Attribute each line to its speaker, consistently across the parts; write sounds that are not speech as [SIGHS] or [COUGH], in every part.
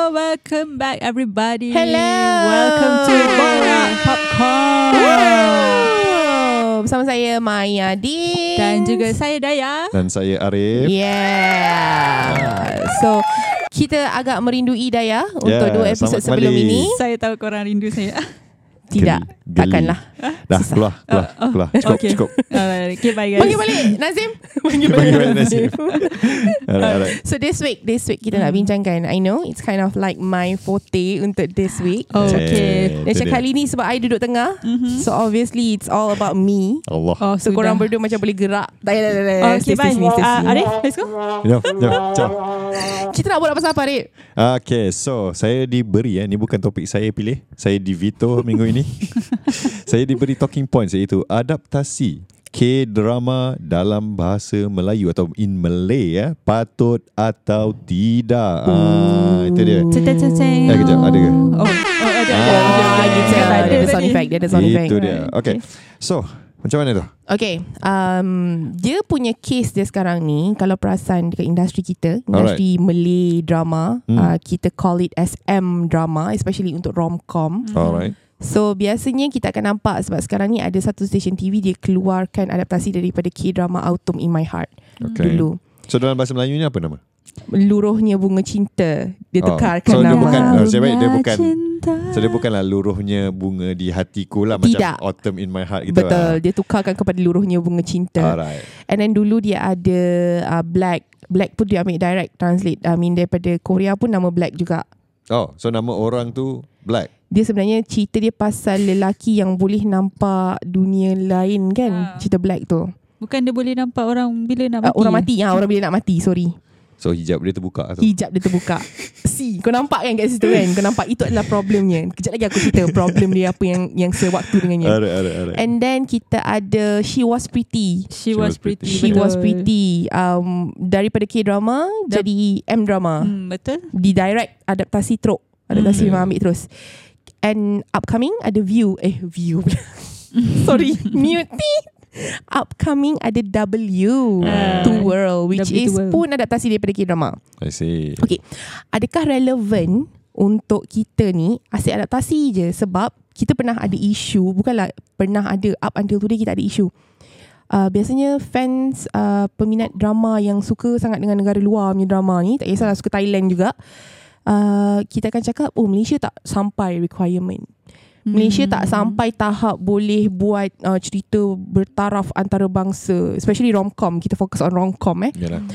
Speaker 1: Welcome back everybody.
Speaker 2: Hello.
Speaker 1: Welcome to Borak Popcorn.
Speaker 2: Wow. Bersama saya Maya Di
Speaker 1: Dan juga saya Daya.
Speaker 3: Dan saya Arif.
Speaker 2: Yeah So kita agak merindui Daya Untuk
Speaker 3: Yeah,
Speaker 2: dua episod
Speaker 3: Ya, selamat
Speaker 2: sebelum
Speaker 3: kembali.
Speaker 2: ini
Speaker 1: Saya tahu korang rindu
Speaker 2: [LAUGHS]
Speaker 1: saya.
Speaker 2: Tidak
Speaker 3: Geli.
Speaker 2: Takkanlah
Speaker 3: Dah
Speaker 2: Susah.
Speaker 3: keluar, keluar, keluar. Cukup,
Speaker 1: okay.
Speaker 3: cukup.
Speaker 1: Alright, okay, bye guys.
Speaker 2: Panggil balik Nazim
Speaker 3: [LAUGHS]
Speaker 2: Panggil
Speaker 3: Panggil balik Nazim. Alright, alright.
Speaker 2: So this week This week kita
Speaker 1: Hmm.
Speaker 2: nak bincangkan I know it's kind of like my forte Untuk this week
Speaker 1: Oh, okay.
Speaker 3: Eh,
Speaker 2: Dan
Speaker 3: itu
Speaker 2: macam
Speaker 3: dia.
Speaker 2: kali ni sebab I duduk tengah So obviously it's all about me
Speaker 3: Allah.
Speaker 1: Oh,
Speaker 2: So
Speaker 1: sudah.
Speaker 2: korang berdua macam boleh gerak Tak payah tak payah, tak payah.
Speaker 1: Oh,
Speaker 2: Stay,
Speaker 1: okay,
Speaker 2: stay
Speaker 1: bye.
Speaker 2: sini, stay
Speaker 1: Uh,
Speaker 2: sini.
Speaker 1: Arif, let's go.
Speaker 3: Jom, jom, jom.
Speaker 2: Kita nak buat pasal apa Arif?
Speaker 3: Okay, so saya diberi eh, ni bukan topik saya pilih. Saya divito minggu ini. saya diberi talking points iaitu adaptasi K-drama dalam bahasa Melayu atau in Malay ya, patut atau tidak. Ah, itu dia.
Speaker 1: Ceng-ceng-ceng.
Speaker 3: Eh, kejap, ada ke?
Speaker 1: Oh, oh ada. ada, ada,
Speaker 2: Ah,
Speaker 1: ada.
Speaker 2: gitu.
Speaker 1: Tak
Speaker 2: Dia ada sound
Speaker 1: tadi.
Speaker 2: effect, dia ada sound effect.
Speaker 3: Itu dia. Okay. So, macam mana tu?
Speaker 2: Okay, um, dia punya case dia sekarang ni, kalau perasan dekat industri kita, industri Alright. Malay drama, hmm. uh, kita call it as M drama, especially untuk rom-com.
Speaker 3: Alright.
Speaker 2: So biasanya kita akan nampak sebab sekarang ni ada satu stesen TV dia keluarkan adaptasi daripada K-drama Autumn in My Heart
Speaker 3: Okay.
Speaker 2: dulu.
Speaker 3: So dalam bahasa Melayu ni apa nama?
Speaker 2: Luruhnya bunga cinta, dia
Speaker 3: Oh,
Speaker 2: tukarkan
Speaker 3: so dia
Speaker 2: nama.
Speaker 3: bukan-
Speaker 1: Bunga
Speaker 3: oh, saya baik, dia bukan-
Speaker 1: cinta.
Speaker 3: So dia bukanlah luruhnya bunga di hatiku lah
Speaker 2: Tidak.
Speaker 3: macam autumn in my heart gitu
Speaker 2: Betul, dia tukarkan kepada luruhnya bunga cinta.
Speaker 3: lah. Alright.
Speaker 2: And then dulu dia ada uh, Black Black pun dia ambil direct translate I mean daripada Korea pun nama Black juga
Speaker 3: Oh, so nama orang tu Black.
Speaker 2: Dia sebenarnya cerita dia pasal lelaki yang boleh nampak dunia lain kan
Speaker 1: Ah.
Speaker 2: Cerita Black tu
Speaker 1: Bukan dia boleh nampak orang bila nak
Speaker 2: mati.
Speaker 1: mati.
Speaker 2: Uh, Orang mati, ha, orang bila nak mati sorry
Speaker 3: So hijab dia terbuka lah tu.
Speaker 2: Hijab dia terbuka Si, kau nampak kan kat situ kan Kau nampak itu adalah problemnya Kejap lagi aku cerita problem dia apa yang yang sewaktu dengannya
Speaker 3: Alright, alright, alright.
Speaker 2: And then kita ada She Was Pretty
Speaker 1: She was pretty.
Speaker 2: She
Speaker 1: betul.
Speaker 2: Was Pretty um, Daripada K-drama
Speaker 1: Dap-
Speaker 2: jadi M-drama
Speaker 1: Hmm, betul.
Speaker 2: di direct adaptasi teruk adaptasi
Speaker 3: Hmm.
Speaker 2: memang ambil terus and upcoming ada view eh view [LAUGHS] pula.
Speaker 1: [LAUGHS]
Speaker 2: sorry mute Ting. upcoming ada W
Speaker 3: Ah.
Speaker 2: to world which
Speaker 1: W to
Speaker 2: is
Speaker 1: World.
Speaker 2: pun adaptasi daripada K-drama
Speaker 3: I see.
Speaker 2: Okay. adakah relevan untuk kita ni asyik adaptasi je sebab kita pernah ada isu bukanlah pernah ada up until today kita ada isu Uh, biasanya fans uh, peminat drama yang suka sangat dengan negara luar punya drama ni tak kisahlah suka Thailand juga uh, kita akan cakap oh Malaysia tak sampai requirement Malaysia tak sampai tahap boleh buat uh, cerita bertaraf antarabangsa especially romcom kita fokus on romcom eh
Speaker 3: Yalah.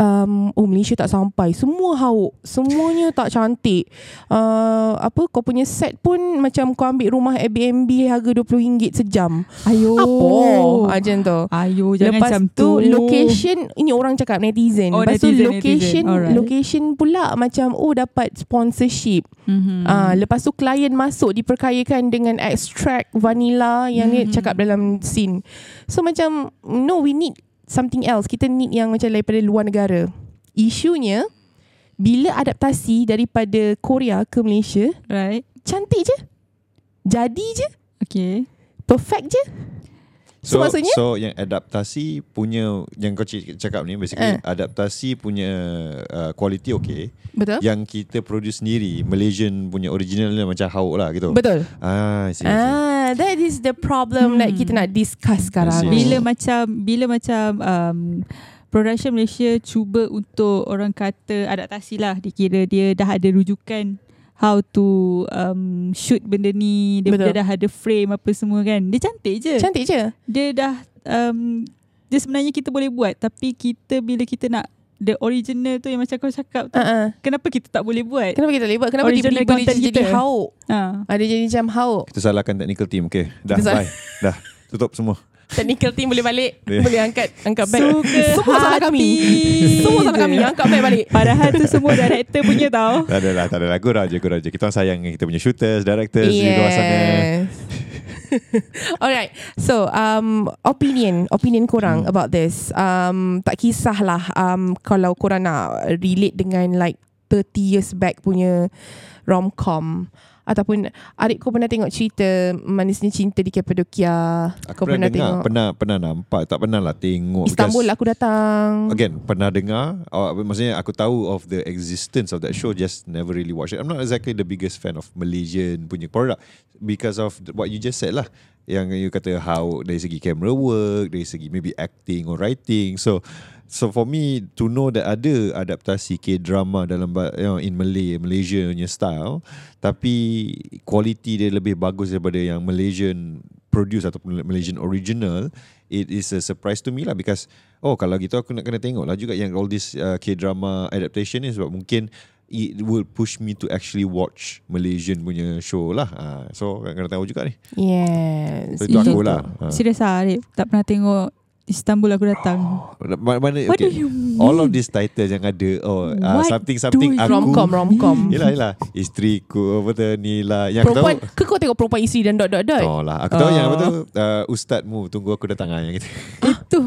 Speaker 2: um, oh Malaysia tak sampai semua hauk semuanya tak cantik uh, apa kau punya set pun macam kau ambil rumah Airbnb harga RM20 sejam
Speaker 1: Ayo.
Speaker 2: apa macam tu
Speaker 1: Ayo, jangan
Speaker 2: Lepas
Speaker 1: macam
Speaker 2: tu,
Speaker 1: tu.
Speaker 2: location ini orang cakap netizen.
Speaker 1: Oh,
Speaker 2: Lepas
Speaker 1: netizen,
Speaker 2: tu location
Speaker 1: netizen. Alright.
Speaker 2: location pula macam oh dapat sponsorship.
Speaker 1: Mhm.
Speaker 2: Ah, lepas tu klien masuk diperkayakan dengan ekstrak vanilla yang dia cakap dalam scene. So macam no we need something else. Kita need yang macam daripada luar negara. Isunya bila adaptasi daripada Korea ke Malaysia,
Speaker 1: Right.
Speaker 2: cantik je. Jadi je,
Speaker 1: Okay.
Speaker 2: perfect je. So,
Speaker 3: So, so
Speaker 2: maksudnya
Speaker 3: so yang adaptasi punya yang kau c- cakap ni
Speaker 2: Eh.
Speaker 3: basically adaptasi punya uh, quality okay.
Speaker 2: betul?
Speaker 3: Yang kita produce sendiri Malaysian punya original ni macam hauk lah gitu.
Speaker 2: Betul.
Speaker 3: Ah, I see. I see.
Speaker 2: Ah, that is the problem hmm. that kita nak discuss sekarang.
Speaker 3: I see.
Speaker 1: Bila macam bila macam um, production Malaysia cuba untuk orang kata adaptasi lah dikira dia dah ada rujukan how to um, shoot benda ni dia,
Speaker 2: Betul.
Speaker 1: dia dah ada frame apa semua kan dia cantik je
Speaker 2: Cantik je.
Speaker 1: dia dah um, dia sebenarnya kita boleh buat tapi kita bila kita nak the original tu yang macam kau cakap tu
Speaker 2: Uh-uh.
Speaker 1: kenapa kita tak boleh buat
Speaker 2: Kenapa kita tak boleh buat? Kenapa
Speaker 1: Original
Speaker 2: tiba-tiba dia
Speaker 1: content
Speaker 2: jadi, jadi
Speaker 1: kita.
Speaker 2: hauk?
Speaker 1: ha
Speaker 2: Ada jadi macam hauk.
Speaker 3: Kita salahkan technical team. Okay. Dah,
Speaker 2: Kita sal-
Speaker 3: bye. Dah. Tutup semua.
Speaker 2: Technical team boleh balik.
Speaker 3: Yeah.
Speaker 2: Boleh angkat angkat back.
Speaker 1: Suka
Speaker 2: Semua salah kami.
Speaker 1: hati.
Speaker 2: Semua salah kami. ya? Angkat back balik.
Speaker 1: Padahal tu semua director punya tau.
Speaker 3: Tak ada lah, tak ada lah. Gurau je, gurau je. Kita orang sayang kita punya shooters, directors di luar sana.
Speaker 2: [LAUGHS] Alright. So, um, opinion, opinion korang hmm. about this. Um, tak kisahlah um, kalau korang nak relate dengan like 30 years back punya rom-com. ataupun Arif kau pernah tengok cerita Manisnya Cinta di Cappadocia
Speaker 3: Aku pernah, dengar
Speaker 2: tengok
Speaker 3: Pernah pernah nampak Tak pernah lah tengok
Speaker 2: Istanbul
Speaker 3: Because-
Speaker 2: aku datang
Speaker 3: Again Pernah dengar uh, Maksudnya aku tahu Of the existence of that show Just never really watch it I'm not exactly the biggest fan Of Malaysian punya product Because of the- What you just said lah Yang you kata How Dari segi camera work Dari segi maybe acting Or writing So So for me to know that ada adaptasi K-drama dalam ba- you know, in Malay, Malaysia punya style tapi quality dia lebih bagus daripada yang Malaysian produce ataupun Malaysian original it is a surprise to me lah because oh kalau gitu aku nak kena tengok lah juga yang all this uh, K-drama adaptation ni sebab mungkin it will push me to actually watch Malaysian punya show lah uh, so kena tahu juga ni
Speaker 2: Yes
Speaker 3: so itu
Speaker 1: Itu-
Speaker 3: aku lah uh.
Speaker 1: Serius lah Arif Tak pernah tengok Istanbul aku datang
Speaker 3: mana, mana
Speaker 1: What do
Speaker 3: Oh, okay.
Speaker 1: you mean?
Speaker 3: all of these titles yang ada oh uh,
Speaker 1: What
Speaker 3: something
Speaker 1: do
Speaker 3: something
Speaker 1: you-
Speaker 3: aku
Speaker 2: Romcom Romcom
Speaker 3: Yelah yelah Isteri ku Apa tu ni lah Yang aku tahu
Speaker 2: Perempuan Ke kau tengok perempuan isteri dan dot dot dot
Speaker 3: Oh lah Aku tahu
Speaker 2: Ah.
Speaker 3: yang apa tu uh, Ustazmu Tunggu aku datang lah Yang gitu
Speaker 1: Itu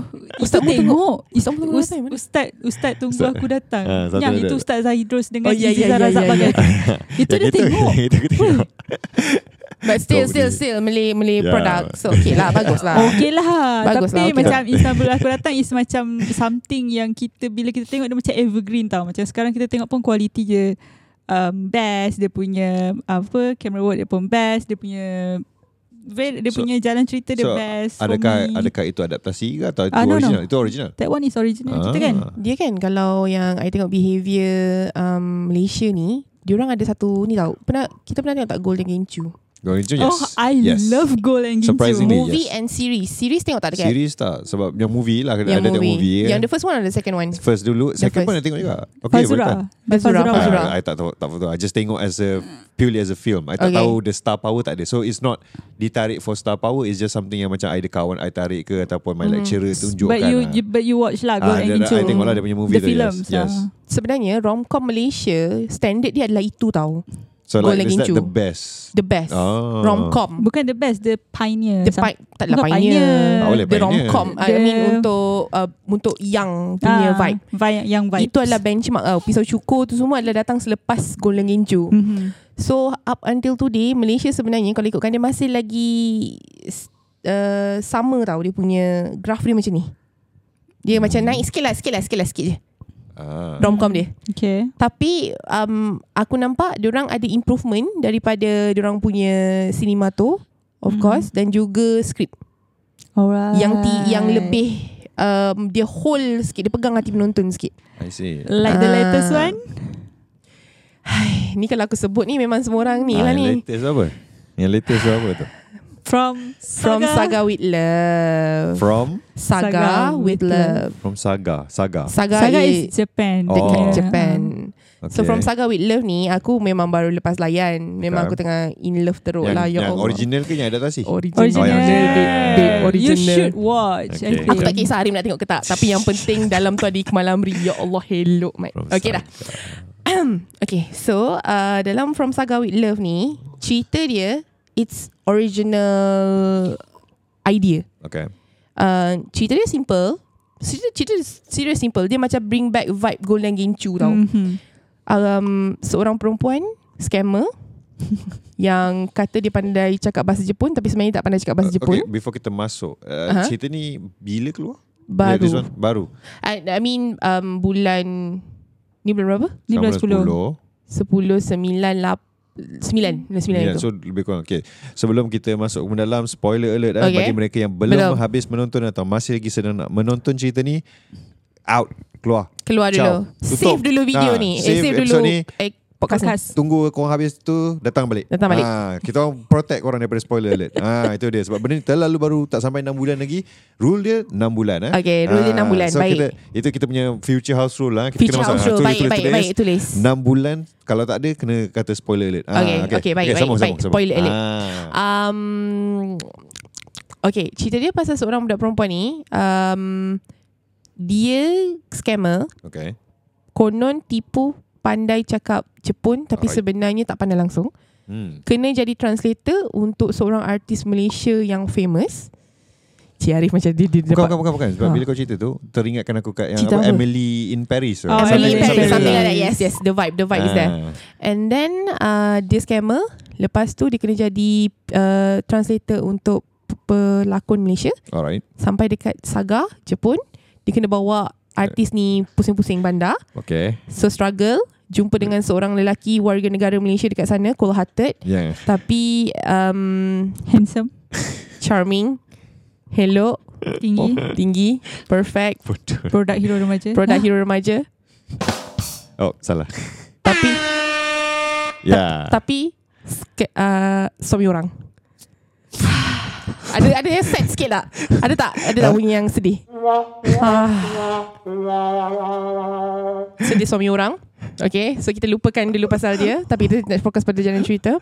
Speaker 1: Ustaz
Speaker 2: Ustaz pun
Speaker 1: tengok
Speaker 2: Ustaz pun tengok
Speaker 1: Us-
Speaker 2: datang, mana?
Speaker 1: Ustaz Ustaz tunggu
Speaker 3: Ustaz-
Speaker 1: aku datang
Speaker 3: Ah, satu
Speaker 1: Yang
Speaker 3: ada-
Speaker 1: itu Ustaz Zahidrus Dengan
Speaker 2: Oh, ya, ya,
Speaker 1: Izzah
Speaker 2: ya,
Speaker 1: Razak
Speaker 2: ya,
Speaker 3: [LAUGHS]
Speaker 1: pakai Itu
Speaker 3: Yang
Speaker 1: dia tengok
Speaker 3: [LAUGHS] Yang itu aku tengok
Speaker 2: But still
Speaker 3: Kau boleh.
Speaker 2: still still Malay Malay
Speaker 3: Ya.
Speaker 2: product So okay
Speaker 3: [LAUGHS]
Speaker 2: lah Bagus lah
Speaker 3: Oh.
Speaker 1: Okay lah Tapi
Speaker 2: Bagus lah, okay.
Speaker 1: macam Istanbul aku datang Is macam Something yang kita Bila kita tengok Dia macam evergreen tau Macam sekarang kita tengok pun Kualiti je um, Best Dia punya Apa Camera work dia pun best Dia punya very- Dia
Speaker 3: So-
Speaker 1: punya jalan cerita Dia
Speaker 3: so,
Speaker 1: best for
Speaker 3: Adakah
Speaker 1: me.
Speaker 3: Adakah itu adaptasi ke Atau itu
Speaker 1: Ah, no, no.
Speaker 3: original Itu original
Speaker 1: That one is original
Speaker 3: Ah.
Speaker 1: Kita kan
Speaker 2: Dia kan kalau yang I tengok behaviour um, Malaysia ni Diorang ada satu ni tau pernah Kita pernah tengok tak Golden Gencu
Speaker 3: Going to yes
Speaker 1: Oh I
Speaker 3: yes.
Speaker 1: love Gold and Gincu
Speaker 3: Surprisingly.
Speaker 1: Movie.
Speaker 2: Movie
Speaker 3: yes.
Speaker 2: and series Series tengok tak dekat
Speaker 3: Series tak Sebab yang movie lah
Speaker 2: Yang
Speaker 3: Ada tengok movie
Speaker 2: Yang
Speaker 3: kan
Speaker 2: the first one Or the second one
Speaker 3: First dulu
Speaker 2: The
Speaker 3: Second pun
Speaker 2: first.
Speaker 3: ada tengok juga Okay boleh tak Ah,
Speaker 1: Fazura The
Speaker 2: Fazura,
Speaker 1: Fazura
Speaker 2: Fazura.
Speaker 3: I, I tak tahu tak tahu. I just tengok as a purely as a film. I tak
Speaker 2: Okay.
Speaker 3: okay. tahu the star power tak ada. So it's not ditarik for star power. It's just something yang macam I ada kawan I tarik ke ataupun my lecturer tunjukkan.
Speaker 1: But you,
Speaker 3: lah.
Speaker 1: you But you watch lah Gold
Speaker 3: Ah,
Speaker 1: and
Speaker 3: dia-
Speaker 1: Gincu
Speaker 3: I tengok lah dia punya movie
Speaker 1: The
Speaker 3: tu. Yes.
Speaker 1: films,
Speaker 3: yes.
Speaker 1: ah.
Speaker 2: Sebenarnya Romcom Malaysia Standard dia adalah itu tau
Speaker 3: So
Speaker 2: Golden
Speaker 3: like is that
Speaker 2: Gincu.
Speaker 3: the best?
Speaker 2: The best
Speaker 3: Ah.
Speaker 2: Romcom
Speaker 1: Bukan the best The pioneer
Speaker 2: The pi- tak lah
Speaker 1: Bukan
Speaker 2: pioneer
Speaker 1: pioneer.
Speaker 3: Tak boleh
Speaker 2: The
Speaker 3: pioneer.
Speaker 2: romcom I
Speaker 1: The-
Speaker 2: mean untuk uh, Untuk young punya vibe
Speaker 1: Ah, vi- Yang vibe
Speaker 2: Itu adalah benchmark tau Pisau cukur tu semua adalah datang selepas Golden Genju
Speaker 1: mm-hmm.
Speaker 2: So up until today Malaysia sebenarnya Kalau ikutkan dia masih lagi s- uh, Sama tau Dia punya graph dia macam ni Dia macam naik sikit lah Sikit lah sikit lah sikit je
Speaker 3: Ah.
Speaker 2: Romcom dia
Speaker 1: Okay
Speaker 2: Tapi um, aku nampak diorang ada improvement daripada diorang punya cinema tu of course dan juga skrip
Speaker 1: Alright
Speaker 2: yang ti, yang lebih um, dia whole sikit dia pegang hati penonton sikit.
Speaker 3: I see.
Speaker 1: Like the
Speaker 2: Ah.
Speaker 1: latest one
Speaker 2: Eh, ni kalau aku sebut ni memang semua orang ni
Speaker 3: Ah,
Speaker 2: lah ni.
Speaker 3: yang latest apa? Yang latest tu apa tu?
Speaker 1: From Saga,
Speaker 2: From Saga with Love.
Speaker 3: From
Speaker 2: Saga,
Speaker 1: Saga
Speaker 2: with
Speaker 1: with
Speaker 2: Love.
Speaker 3: from Saga. Saga.
Speaker 2: Saga,
Speaker 1: Saga
Speaker 2: is,
Speaker 1: is Japan
Speaker 2: dekat
Speaker 3: Oh.
Speaker 2: Japan.
Speaker 3: Okay.
Speaker 2: So from Saga with Love ni aku memang baru lepas layan. Memang
Speaker 3: Betul.
Speaker 2: aku tengah in love teruk
Speaker 3: yang,
Speaker 2: lah ya
Speaker 3: yang
Speaker 2: Allah.
Speaker 3: original ke yang adaptasi?
Speaker 2: Original.
Speaker 1: Original,
Speaker 3: Oh, yang original.
Speaker 2: Babe, babe,
Speaker 1: You
Speaker 2: original.
Speaker 1: should watch
Speaker 3: Okay.
Speaker 1: I
Speaker 2: Aku
Speaker 1: think.
Speaker 2: tak kisah Harim nak tengok ke tak Tapi yang penting Dalam tu ada Ikmal Amri Ya Allah hello Mike
Speaker 3: From
Speaker 2: Okay dah [CLEARS THROAT] Okay so uh, Dalam From Saga With Love ni Cerita dia It's original Idea
Speaker 3: Okay.
Speaker 2: uh, Cerita dia simple Cerita, cerita dia serious simple Dia macam bring back Vibe Golden Gincu tau
Speaker 3: Hmm.
Speaker 2: mm.
Speaker 1: Mhm.
Speaker 2: um, Seorang perempuan
Speaker 3: [LAUGHS]
Speaker 2: Scammer Yang kata dia pandai Cakap bahasa Jepun Tapi sebenarnya tak pandai Cakap bahasa
Speaker 3: Uh,
Speaker 2: Jepun
Speaker 3: Okay, before kita masuk, uh,
Speaker 2: Aha.
Speaker 3: cerita ni bila keluar? Yeah, this
Speaker 2: Baru
Speaker 3: one, baru.
Speaker 2: I, I mean um, Bulan Ni bulan berapa?
Speaker 1: Ni bulan 10
Speaker 3: 10.
Speaker 2: 10, 9, 8 9 Bulan 9
Speaker 3: Yeah,
Speaker 2: itu
Speaker 3: so lebih kurang okay. Sebelum kita masuk ke dalam Spoiler alert okay.
Speaker 2: Okay.
Speaker 3: Bagi mereka yang belum,
Speaker 2: Belum.
Speaker 3: habis menonton Atau masih lagi sedang nak menonton cerita ni Out Keluar
Speaker 2: Keluar
Speaker 3: Ciao.
Speaker 2: dulu Save
Speaker 3: Tutup.
Speaker 2: dulu video
Speaker 3: Nah,
Speaker 2: ni
Speaker 3: save
Speaker 2: eh, Save dulu
Speaker 3: episode ni.
Speaker 2: eh, podcast, ni
Speaker 1: Podcast
Speaker 3: Tunggu korang habis tu Datang balik
Speaker 2: Datang balik.
Speaker 3: ha, Kita orang protect korang Daripada spoiler alert ha, Itu dia Sebab benda ni terlalu baru Tak sampai 6 bulan lagi Rule dia 6 bulan eh?
Speaker 2: Okay, rule dia enam bulan.
Speaker 3: so
Speaker 2: Baik.
Speaker 3: kita, Itu kita punya future house rule lah. kita
Speaker 2: Future
Speaker 3: kena masuk,
Speaker 2: house
Speaker 3: ha,
Speaker 2: rule.
Speaker 3: tulis,
Speaker 2: Baik,
Speaker 3: tulis,
Speaker 2: baik,
Speaker 3: tulis.
Speaker 2: baik, tulis.
Speaker 3: 6 bulan Kalau tak ada Kena kata spoiler alert ha,
Speaker 2: Okay, okay, baik, baik, baik.
Speaker 3: sambung, sambung, sambung.
Speaker 2: Spoiler alert.
Speaker 3: ha.
Speaker 2: um, Okay Cerita dia pasal seorang budak perempuan ni um, Dia Scammer
Speaker 3: Okay
Speaker 2: Konon tipu Pandai cakap Jepun Tapi
Speaker 3: Alright.
Speaker 2: sebenarnya tak pandai langsung
Speaker 3: hmm.
Speaker 2: Kena jadi translator Untuk seorang artis Malaysia Yang famous Cik Arif macam dia, dia
Speaker 3: Bukan,
Speaker 2: dapat
Speaker 3: bukan, bukan, bukan. Sebab
Speaker 2: Ha.
Speaker 3: bila kau cerita tu, teringatkan aku kat yang
Speaker 2: Cerita
Speaker 3: apa,
Speaker 2: apa?
Speaker 3: Emily in Paris. tu.
Speaker 1: Oh, Emily
Speaker 2: Emily in
Speaker 1: in
Speaker 2: Paris,
Speaker 1: Paris.
Speaker 2: something like
Speaker 3: Ah.
Speaker 2: that. Yes, yes. The vibe, the vibe is there. And then uh, this scammer Lepas tu dia kena jadi uh, translator untuk p- pelakon Malaysia
Speaker 3: Alright.
Speaker 2: sampai dekat Saga Jepun dia kena bawa artis ni pusing-pusing bandar
Speaker 3: Okay.
Speaker 2: so struggle jumpa dengan seorang lelaki warga negara Malaysia dekat sana cold hearted
Speaker 3: Yeah.
Speaker 2: tapi um,
Speaker 1: Handsome,
Speaker 2: charming hello
Speaker 1: tinggi,
Speaker 3: Oh.
Speaker 2: tinggi perfect
Speaker 3: Betul.
Speaker 1: produk hero remaja.
Speaker 2: produk hero remaja
Speaker 3: Oh, salah.
Speaker 2: tapi
Speaker 3: Ya. Yeah.
Speaker 2: tapi ske- uh, suami orang [SIGHS] ada ada yang sad sikit tak? Ada tak? Ada tak bunyi yang sedih? Ah. [SIGHS] So dia suami orang Okay So kita lupakan dulu pasal dia Tapi kita nak fokus pada jalan cerita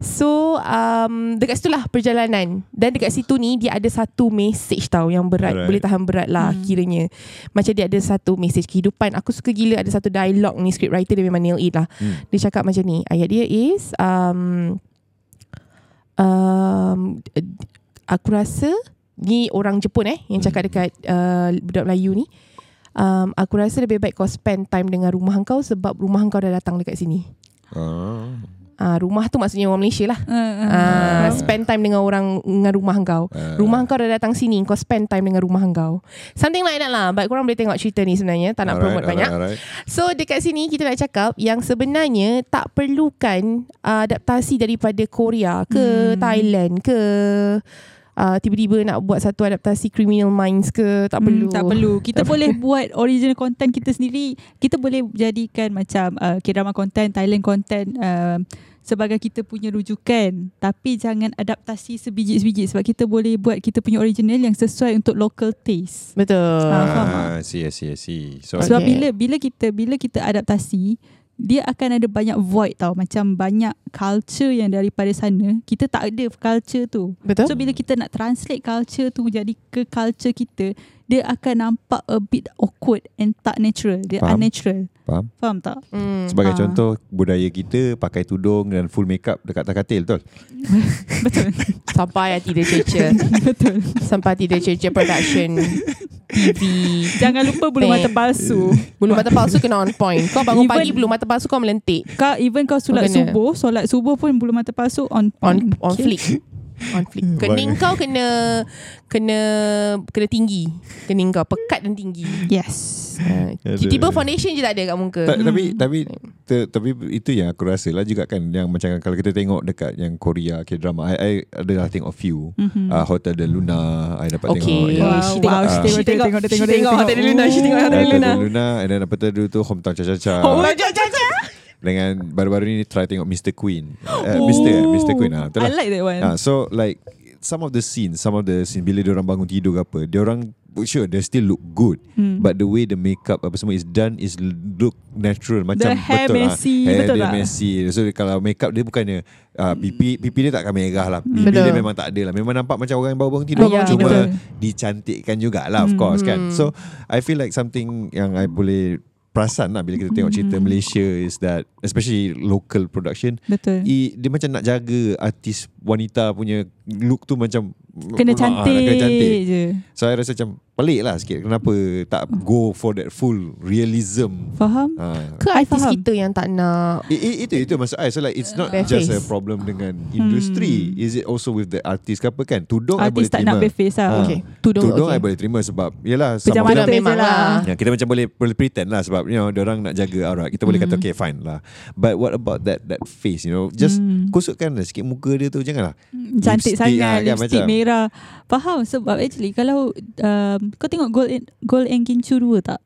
Speaker 2: So um, Dekat situlah perjalanan Dan dekat situ ni Dia ada satu message tau Yang berat
Speaker 3: Alright.
Speaker 2: Alright. Boleh tahan berat lah hmm. Kiranya Macam dia ada satu message kehidupan Aku suka gila Ada satu dialog ni Scriptwriter dia memang nail it lah
Speaker 3: Hmm.
Speaker 2: hmm. Dia cakap macam ni Ayat dia is um, um, Aku rasa Ni orang Jepun eh
Speaker 3: Hmm.
Speaker 2: Yang cakap dekat uh, Budak Melayu ni um, Aku rasa lebih baik kau spend time Dengan rumah kau Sebab rumah kau dah datang dekat sini
Speaker 3: Oh.
Speaker 2: uh, Rumah tu maksudnya orang Malaysia lah
Speaker 1: Uh, uh.
Speaker 2: Ah, spend time dengan orang dengan rumah kau.
Speaker 3: Ah.
Speaker 2: Rumah kau dah datang sini, kau spend time dengan rumah kau. Something like that lah. But korang boleh tengok cerita ni sebenarnya. Tak nak
Speaker 3: Alright,
Speaker 2: promote banyak.
Speaker 3: alright, alright.
Speaker 2: So dekat sini kita nak cakap yang sebenarnya tak perlukan uh, adaptasi daripada Korea ke hmm. Thailand ke uh, tiba-tiba nak buat satu adaptasi Criminal Minds ke tak perlu.
Speaker 1: Hmm, tak perlu. Kita boleh buat original content kita sendiri. Kita boleh jadikan macam uh, K-drama content, Thailand content uh, sebagai kita punya rujukan. Tapi jangan adaptasi sebiji-sebiji sebab kita boleh buat kita punya original yang sesuai untuk local taste.
Speaker 2: Betul.
Speaker 1: Ah, faham tak?
Speaker 3: Ah, I see, I see, I see. So,
Speaker 2: Okay.
Speaker 1: Sebab bila bila kita bila kita adaptasi dia akan ada banyak void tau macam banyak culture yang daripada sana kita tak ada culture tu
Speaker 2: Betul?
Speaker 1: So bila kita nak translate culture tu jadi ke culture kita, dia akan nampak a bit awkward and tak natural. Dia
Speaker 3: Faham.
Speaker 1: Faham. unnatural.
Speaker 3: Faham?
Speaker 1: Faham tak?
Speaker 2: Hmm.
Speaker 3: Sebagai
Speaker 1: Ah.
Speaker 3: contoh, budaya kita pakai tudung dan full makeup dekat atas katil, betul?
Speaker 1: Betul.
Speaker 2: Sampai hati dia cerca.
Speaker 1: [LAUGHS] Betul.
Speaker 2: Sampai hati dia cerca production
Speaker 1: [LAUGHS]
Speaker 2: TV.
Speaker 1: Jangan lupa bulu mata palsu.
Speaker 2: Bulu mata palsu kena on point. Kau bangun
Speaker 1: Even-
Speaker 2: pagi bulu mata palsu kau melentik.
Speaker 1: Kau even kau solat
Speaker 2: Kena.
Speaker 1: subuh, solat subuh pun bulu mata palsu on
Speaker 2: On on flick. On flick. Kening kau kena kena kena tinggi. Kening kau pekat dan tinggi.
Speaker 1: Yes.
Speaker 2: Ha,
Speaker 3: Aduh.
Speaker 2: Tiba foundation je tak ada kat muka.
Speaker 3: Ta- tapi tapi te- tapi itu yang aku rasa lah juga kan yang macam kalau kita tengok dekat yang Korea K-drama I, I adalah tengok few mm-hmm. uh, Hotel de Luna I dapat tengok
Speaker 2: Okay.
Speaker 3: yeah.
Speaker 1: Wow,
Speaker 2: She
Speaker 1: wow,
Speaker 3: she
Speaker 1: tengok,
Speaker 2: she
Speaker 1: tengok,
Speaker 2: she
Speaker 1: tengok,
Speaker 2: tengok
Speaker 1: tengok.
Speaker 2: Hotel de Luna. She tengok Hotel de
Speaker 3: Hotel
Speaker 2: Luna.
Speaker 3: de Luna and then apa tu dulu tu Hometown Cha-Cha-Cha
Speaker 2: Oh, macam macam.
Speaker 3: dengan baru-baru ni try tengok Mr. Queen uh, Mr. eh, Mr. Queen ah,
Speaker 1: Oh.
Speaker 3: betul
Speaker 1: I
Speaker 3: lah.
Speaker 1: like that one.
Speaker 3: Ah, so like some of the scenes, some of the scene bila dia orang bangun tidur ke apa, dia orang sure they still look good, hmm. but the way the makeup apa semua is done is look natural macam
Speaker 1: The hair
Speaker 3: betul
Speaker 1: messy,
Speaker 3: lah. Hair
Speaker 1: betul
Speaker 3: dia
Speaker 1: tak? Hmm.
Speaker 3: messy. So kalau makeup dia bukannya uh, pipi pipi dia takkan merah lah. Pipi
Speaker 2: Betul.
Speaker 3: dia memang tak ada lah. Memang nampak macam orang yang baru bangun tidur
Speaker 2: Ah, ya,
Speaker 3: cuma
Speaker 2: betul.
Speaker 3: dicantikkan jugalah of
Speaker 1: Hmm.
Speaker 3: course kan. So I feel like something yang I boleh perasan lah bila kita tengok
Speaker 1: Hmm.
Speaker 3: cerita Malaysia is that especially local production
Speaker 1: Betul.
Speaker 3: I, dia macam nak jaga artis wanita punya look tu macam
Speaker 1: Kena
Speaker 3: Ah,
Speaker 1: cantik,
Speaker 3: nak kena cantik.
Speaker 1: je.
Speaker 3: So I rasa macam pelik lah sikit kenapa tak go for that full realism.
Speaker 1: Faham?
Speaker 3: Ha.
Speaker 2: Ke artis
Speaker 1: faham.
Speaker 2: kita yang tak nak
Speaker 3: I, i, itu itu maksud I. So like it's not
Speaker 2: Bare
Speaker 3: just a
Speaker 2: face.
Speaker 3: problem dengan industri. Hmm. Is it also with the artist ke apa kan? Tudung I boleh
Speaker 1: Artis tak
Speaker 3: terima.
Speaker 1: nak bare face lah.
Speaker 3: Ah.
Speaker 2: okay. Tudung,
Speaker 3: Tudung I
Speaker 2: okay.
Speaker 3: boleh terima sebab yalah
Speaker 1: Pejam
Speaker 3: sama
Speaker 2: Tudung
Speaker 1: mata
Speaker 3: macam
Speaker 1: je
Speaker 2: memang
Speaker 1: lah.
Speaker 2: lah.
Speaker 3: Ya, kita macam boleh boleh pretend lah sebab you know orang nak jaga aurat. Kita boleh kata okay fine lah. But what about that that face you know? Just mm. kusutkan lah sikit muka dia tu janganlah.
Speaker 1: Hmm, cantik
Speaker 3: Lipstick
Speaker 1: sangat
Speaker 3: lah kan,
Speaker 1: lipstick
Speaker 3: macam.
Speaker 1: merah faham sebab actually kalau um, kau tengok Gold and, Gold and Gincu 2 tak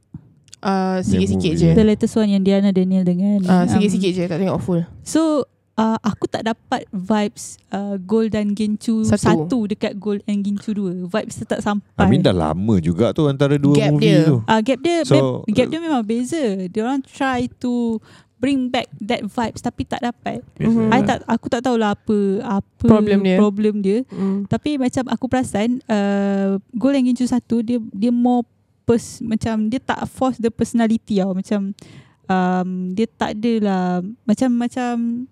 Speaker 2: Uh, sikit-sikit je.
Speaker 3: movie.
Speaker 1: the latest one yang Diana Daniel dengan um,
Speaker 2: Uh, sikit-sikit je tak tengok full.
Speaker 1: so uh, aku tak dapat vibes uh, Gold dan Gincu
Speaker 2: Satu.
Speaker 1: 1 dekat Gold and Gincu 2 vibes dia tak sampai
Speaker 3: Amin dah lama juga tu antara dua
Speaker 2: Gap
Speaker 3: movie
Speaker 2: dia.
Speaker 3: tu.
Speaker 1: uh, gap dia
Speaker 3: So,
Speaker 1: so, gap dia memang beza dia orang try to bring back that vibes tapi tak dapat
Speaker 2: Mhm.
Speaker 3: Hmm.
Speaker 1: I tak aku tak tahulah apa apa
Speaker 2: Problem dia.
Speaker 1: problem dia
Speaker 2: Mm.
Speaker 1: Tapi macam aku perasan uh, Goal yang Gincu satu Dia dia more pers, Macam dia tak force the personality tau Macam um, Dia tak adalah Macam-macam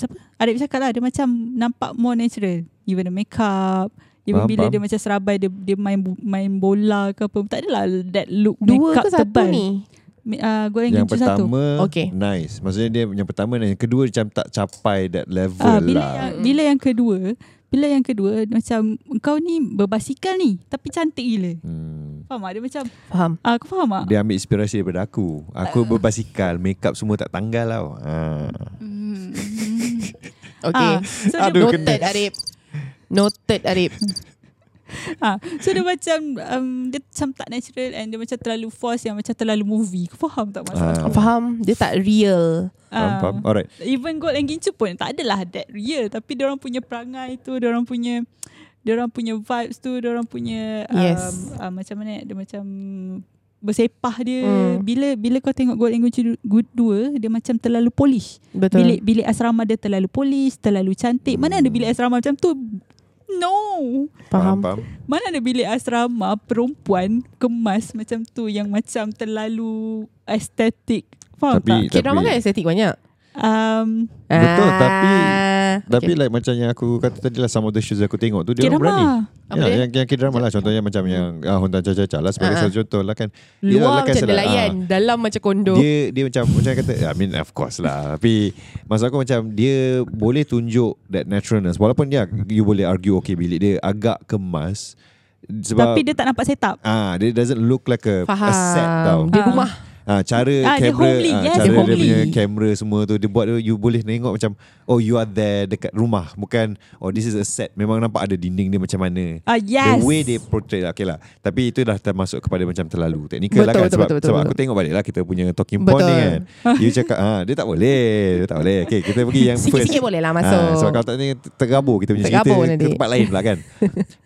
Speaker 1: Siapa? Arif cakap lah Dia macam nampak more natural Even the makeup Even
Speaker 3: Faham,
Speaker 1: bila
Speaker 3: faham.
Speaker 1: dia macam serabai Dia, dia main bu- main bola ke apa Tak adalah that look
Speaker 2: Dua
Speaker 1: makeup
Speaker 2: ke satu
Speaker 1: tebal.
Speaker 2: ni?
Speaker 1: uh, goreng
Speaker 3: yang
Speaker 1: kencur satu.
Speaker 3: pertama
Speaker 2: Okay.
Speaker 3: nice. Maksudnya dia yang pertama dan yang kedua macam tak capai that level
Speaker 1: Ah, bila
Speaker 3: lah.
Speaker 1: yang, bila yang kedua, bila yang kedua macam kau ni berbasikal ni tapi cantik gila.
Speaker 3: Hmm.
Speaker 1: Faham tak? Dia macam
Speaker 2: Faham.
Speaker 1: ah, kau faham tak?
Speaker 3: Dia ambil inspirasi daripada aku.
Speaker 2: Ah.
Speaker 3: Aku berbasikal, makeup semua tak tanggal tau. Ah.
Speaker 2: Okay.
Speaker 1: Ah, so, dia,
Speaker 3: Aduh.
Speaker 2: Noted
Speaker 3: kena.
Speaker 2: Arif. Noted Arif. [LAUGHS]
Speaker 1: ah, so dia macam um, dia macam tak natural and dia macam terlalu force yang macam terlalu movie. Kau faham tak maksud? Ah.
Speaker 3: Ah.
Speaker 2: Faham? Dia tak real.
Speaker 3: Faham, faham. Alright.
Speaker 1: Even gold and gincu pun tak adalah that real tapi dia orang punya perangai tu, dia orang punya dia orang punya vibes tu, dia orang punya um,
Speaker 2: Yes.
Speaker 1: uh, macam mana dia macam bersepah dia.
Speaker 2: Hmm.
Speaker 1: Bila bila kau tengok gold and gincu 2 dia macam terlalu polish.
Speaker 2: Betul. Hmm.
Speaker 1: Bilik bilik asrama dia terlalu polish, terlalu cantik. Mana ada bilik asrama macam tu? No.
Speaker 2: Faham.
Speaker 3: faham.
Speaker 1: Mana ada bilik asrama perempuan kemas macam tu yang macam terlalu estetik. Faham tak?
Speaker 3: Tapi-
Speaker 2: Okay, drama kan estetik banyak.
Speaker 1: Um,
Speaker 3: Betul,
Speaker 2: Ah,
Speaker 3: tapi-
Speaker 2: okay.
Speaker 3: Tapi like macam yang aku kata tadi lah Some of the shows aku tengok tu Dia orang berani
Speaker 1: K-drama.
Speaker 2: Apa
Speaker 3: Ya,
Speaker 2: dia?
Speaker 3: yang, yang K-drama lah Contohnya macam yang ah, Honda Caca-Caca lah Sebagai
Speaker 2: Ah,
Speaker 3: satu contoh lah kan Dia
Speaker 2: Luar
Speaker 3: lah kan
Speaker 2: macam
Speaker 3: salah.
Speaker 2: nelayan
Speaker 3: Ah.
Speaker 2: Dalam macam kondo
Speaker 3: Dia dia macam Macam kata I mean of course lah Tapi Maksud aku macam Dia boleh tunjuk That naturalness Walaupun ya You boleh argue Okay bilik dia Agak kemas Sebab
Speaker 1: Tapi dia tak nampak set up.
Speaker 3: Ah, dia doesn't look like a, a set
Speaker 2: Faham
Speaker 3: tau.
Speaker 2: Dia
Speaker 1: Ah.
Speaker 2: rumah
Speaker 3: Ah, cara
Speaker 1: Ah, dia
Speaker 3: kamera,
Speaker 1: homely,
Speaker 3: ah,
Speaker 1: yes,
Speaker 2: dia
Speaker 3: cara dia
Speaker 2: homely.
Speaker 3: punya kamera semua tu dia buat tu, you boleh tengok macam oh you are there dekat rumah bukan oh this is a set memang nampak ada dinding dia macam mana.
Speaker 1: Ah yes.
Speaker 3: The way they portray lah, okay lah. Tapi itu dah termasuk kepada macam terlalu
Speaker 2: Betul,
Speaker 3: teknikal lah kan.
Speaker 2: betul,
Speaker 3: sebab
Speaker 2: betul, betul,
Speaker 3: sebab
Speaker 2: betul.
Speaker 3: aku tengok balik lah kita punya talking point ni
Speaker 2: Betul.
Speaker 3: kan. You cakap, ah, dia tak boleh, dia tak boleh. Okay, kita pergi yang first.
Speaker 2: [LAUGHS] Sikit-sikit boleh lah masuk
Speaker 3: Ah, sebab kalau tak ni tergabur kita punya
Speaker 2: Tergabur
Speaker 3: cerita
Speaker 2: nanti.
Speaker 3: ke tempat lain lah
Speaker 2: [LAUGHS]
Speaker 3: kan.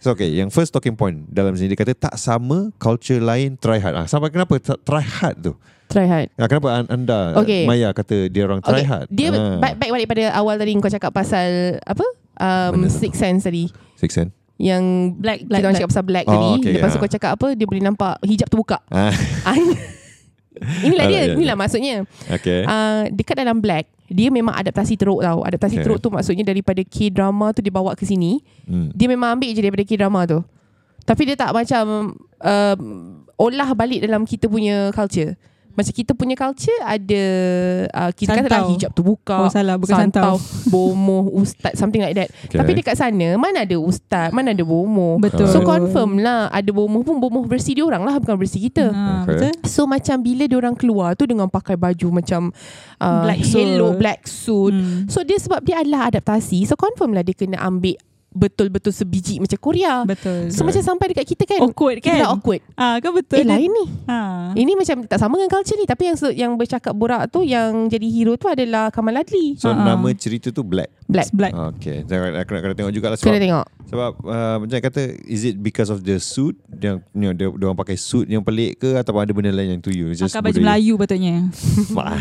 Speaker 3: so okay, yang first talking point dalam sini dia kata tak sama culture lain try hard. Ah, sampai kenapa ta- try hard tu?
Speaker 2: Try hard
Speaker 3: Ah, kenapa an- anda
Speaker 2: Okay.
Speaker 3: Maya kata dia orang try hard?
Speaker 2: Dia
Speaker 3: Ah.
Speaker 2: back, back balik pada awal tadi Kau cakap pasal Apa um,
Speaker 3: Mana tu?
Speaker 2: Six Sense tadi
Speaker 3: Six sen.
Speaker 2: Yang
Speaker 1: Black, black,
Speaker 2: Black, kita orang
Speaker 1: black.
Speaker 2: cakap pasal black
Speaker 3: Oh,
Speaker 2: tadi
Speaker 3: okay,
Speaker 2: Lepas tu
Speaker 3: ah.
Speaker 2: kau cakap apa Dia boleh nampak Hijab
Speaker 3: [LAUGHS]
Speaker 2: terbuka
Speaker 3: Ah,
Speaker 2: Ah, Inilah
Speaker 3: Alright,
Speaker 2: dia
Speaker 3: yeah,
Speaker 2: Inilah maksudnya
Speaker 3: okay.
Speaker 2: uh, Dekat dalam black Dia memang adaptasi teruk tau Adaptasi
Speaker 3: Okay.
Speaker 2: teruk tu maksudnya Daripada K-drama tu Dibawa ke sini
Speaker 3: Hmm.
Speaker 2: Dia memang ambil je daripada K-drama tu Tapi dia tak macam um, Olah balik dalam kita punya culture Macam kita punya culture Ada uh, Kita
Speaker 1: Santau.
Speaker 2: katalah hijab tu buka
Speaker 1: Oh salah bukan santau.
Speaker 2: [LAUGHS] Bomoh Ustaz Something like that
Speaker 3: Okay.
Speaker 2: okay. Tapi dekat sana Mana ada ustaz Mana ada bomoh
Speaker 1: Betul.
Speaker 2: So confirm lah Ada bomoh pun Bomoh bersih dia orang lah Bukan bersih kita
Speaker 1: Ah, betul.
Speaker 3: Okay.
Speaker 2: So macam bila orang keluar tu dengan pakai baju macam uh,
Speaker 1: Black suit.
Speaker 2: halo black suit. Hmm.
Speaker 1: Hmm.
Speaker 2: So dia sebab dia adalah adaptasi. So confirm lah dia kena ambil betul-betul sebiji macam Korea.
Speaker 1: Betul.
Speaker 2: So macam sampai dekat kita
Speaker 1: Ah,
Speaker 2: kan
Speaker 1: Awkward
Speaker 2: kita
Speaker 1: kan?
Speaker 2: dah awkward.
Speaker 1: Ah, kan betul.
Speaker 2: Eh lain ni.
Speaker 1: Ah.
Speaker 2: Ini macam tak sama dengan culture ni tapi yang se- yang bercakap borak tu yang jadi hero tu adalah Kamal Adli.
Speaker 3: So
Speaker 1: Ah, ah.
Speaker 3: nama cerita tu Black.
Speaker 2: Black.
Speaker 1: Black.
Speaker 3: Okay. Jangan aku nak kena tengok jugalah
Speaker 2: Kena
Speaker 3: sebab
Speaker 2: tengok.
Speaker 3: sebab uh, macam yang kata is it because of the suit yang you know, dia, dia orang pakai suit yang pelik ke ataupun ada benda lain yang to you? It's just
Speaker 1: Pakai baju
Speaker 3: [LAUGHS] budaya.
Speaker 1: Melayu patutnya.
Speaker 3: Mak.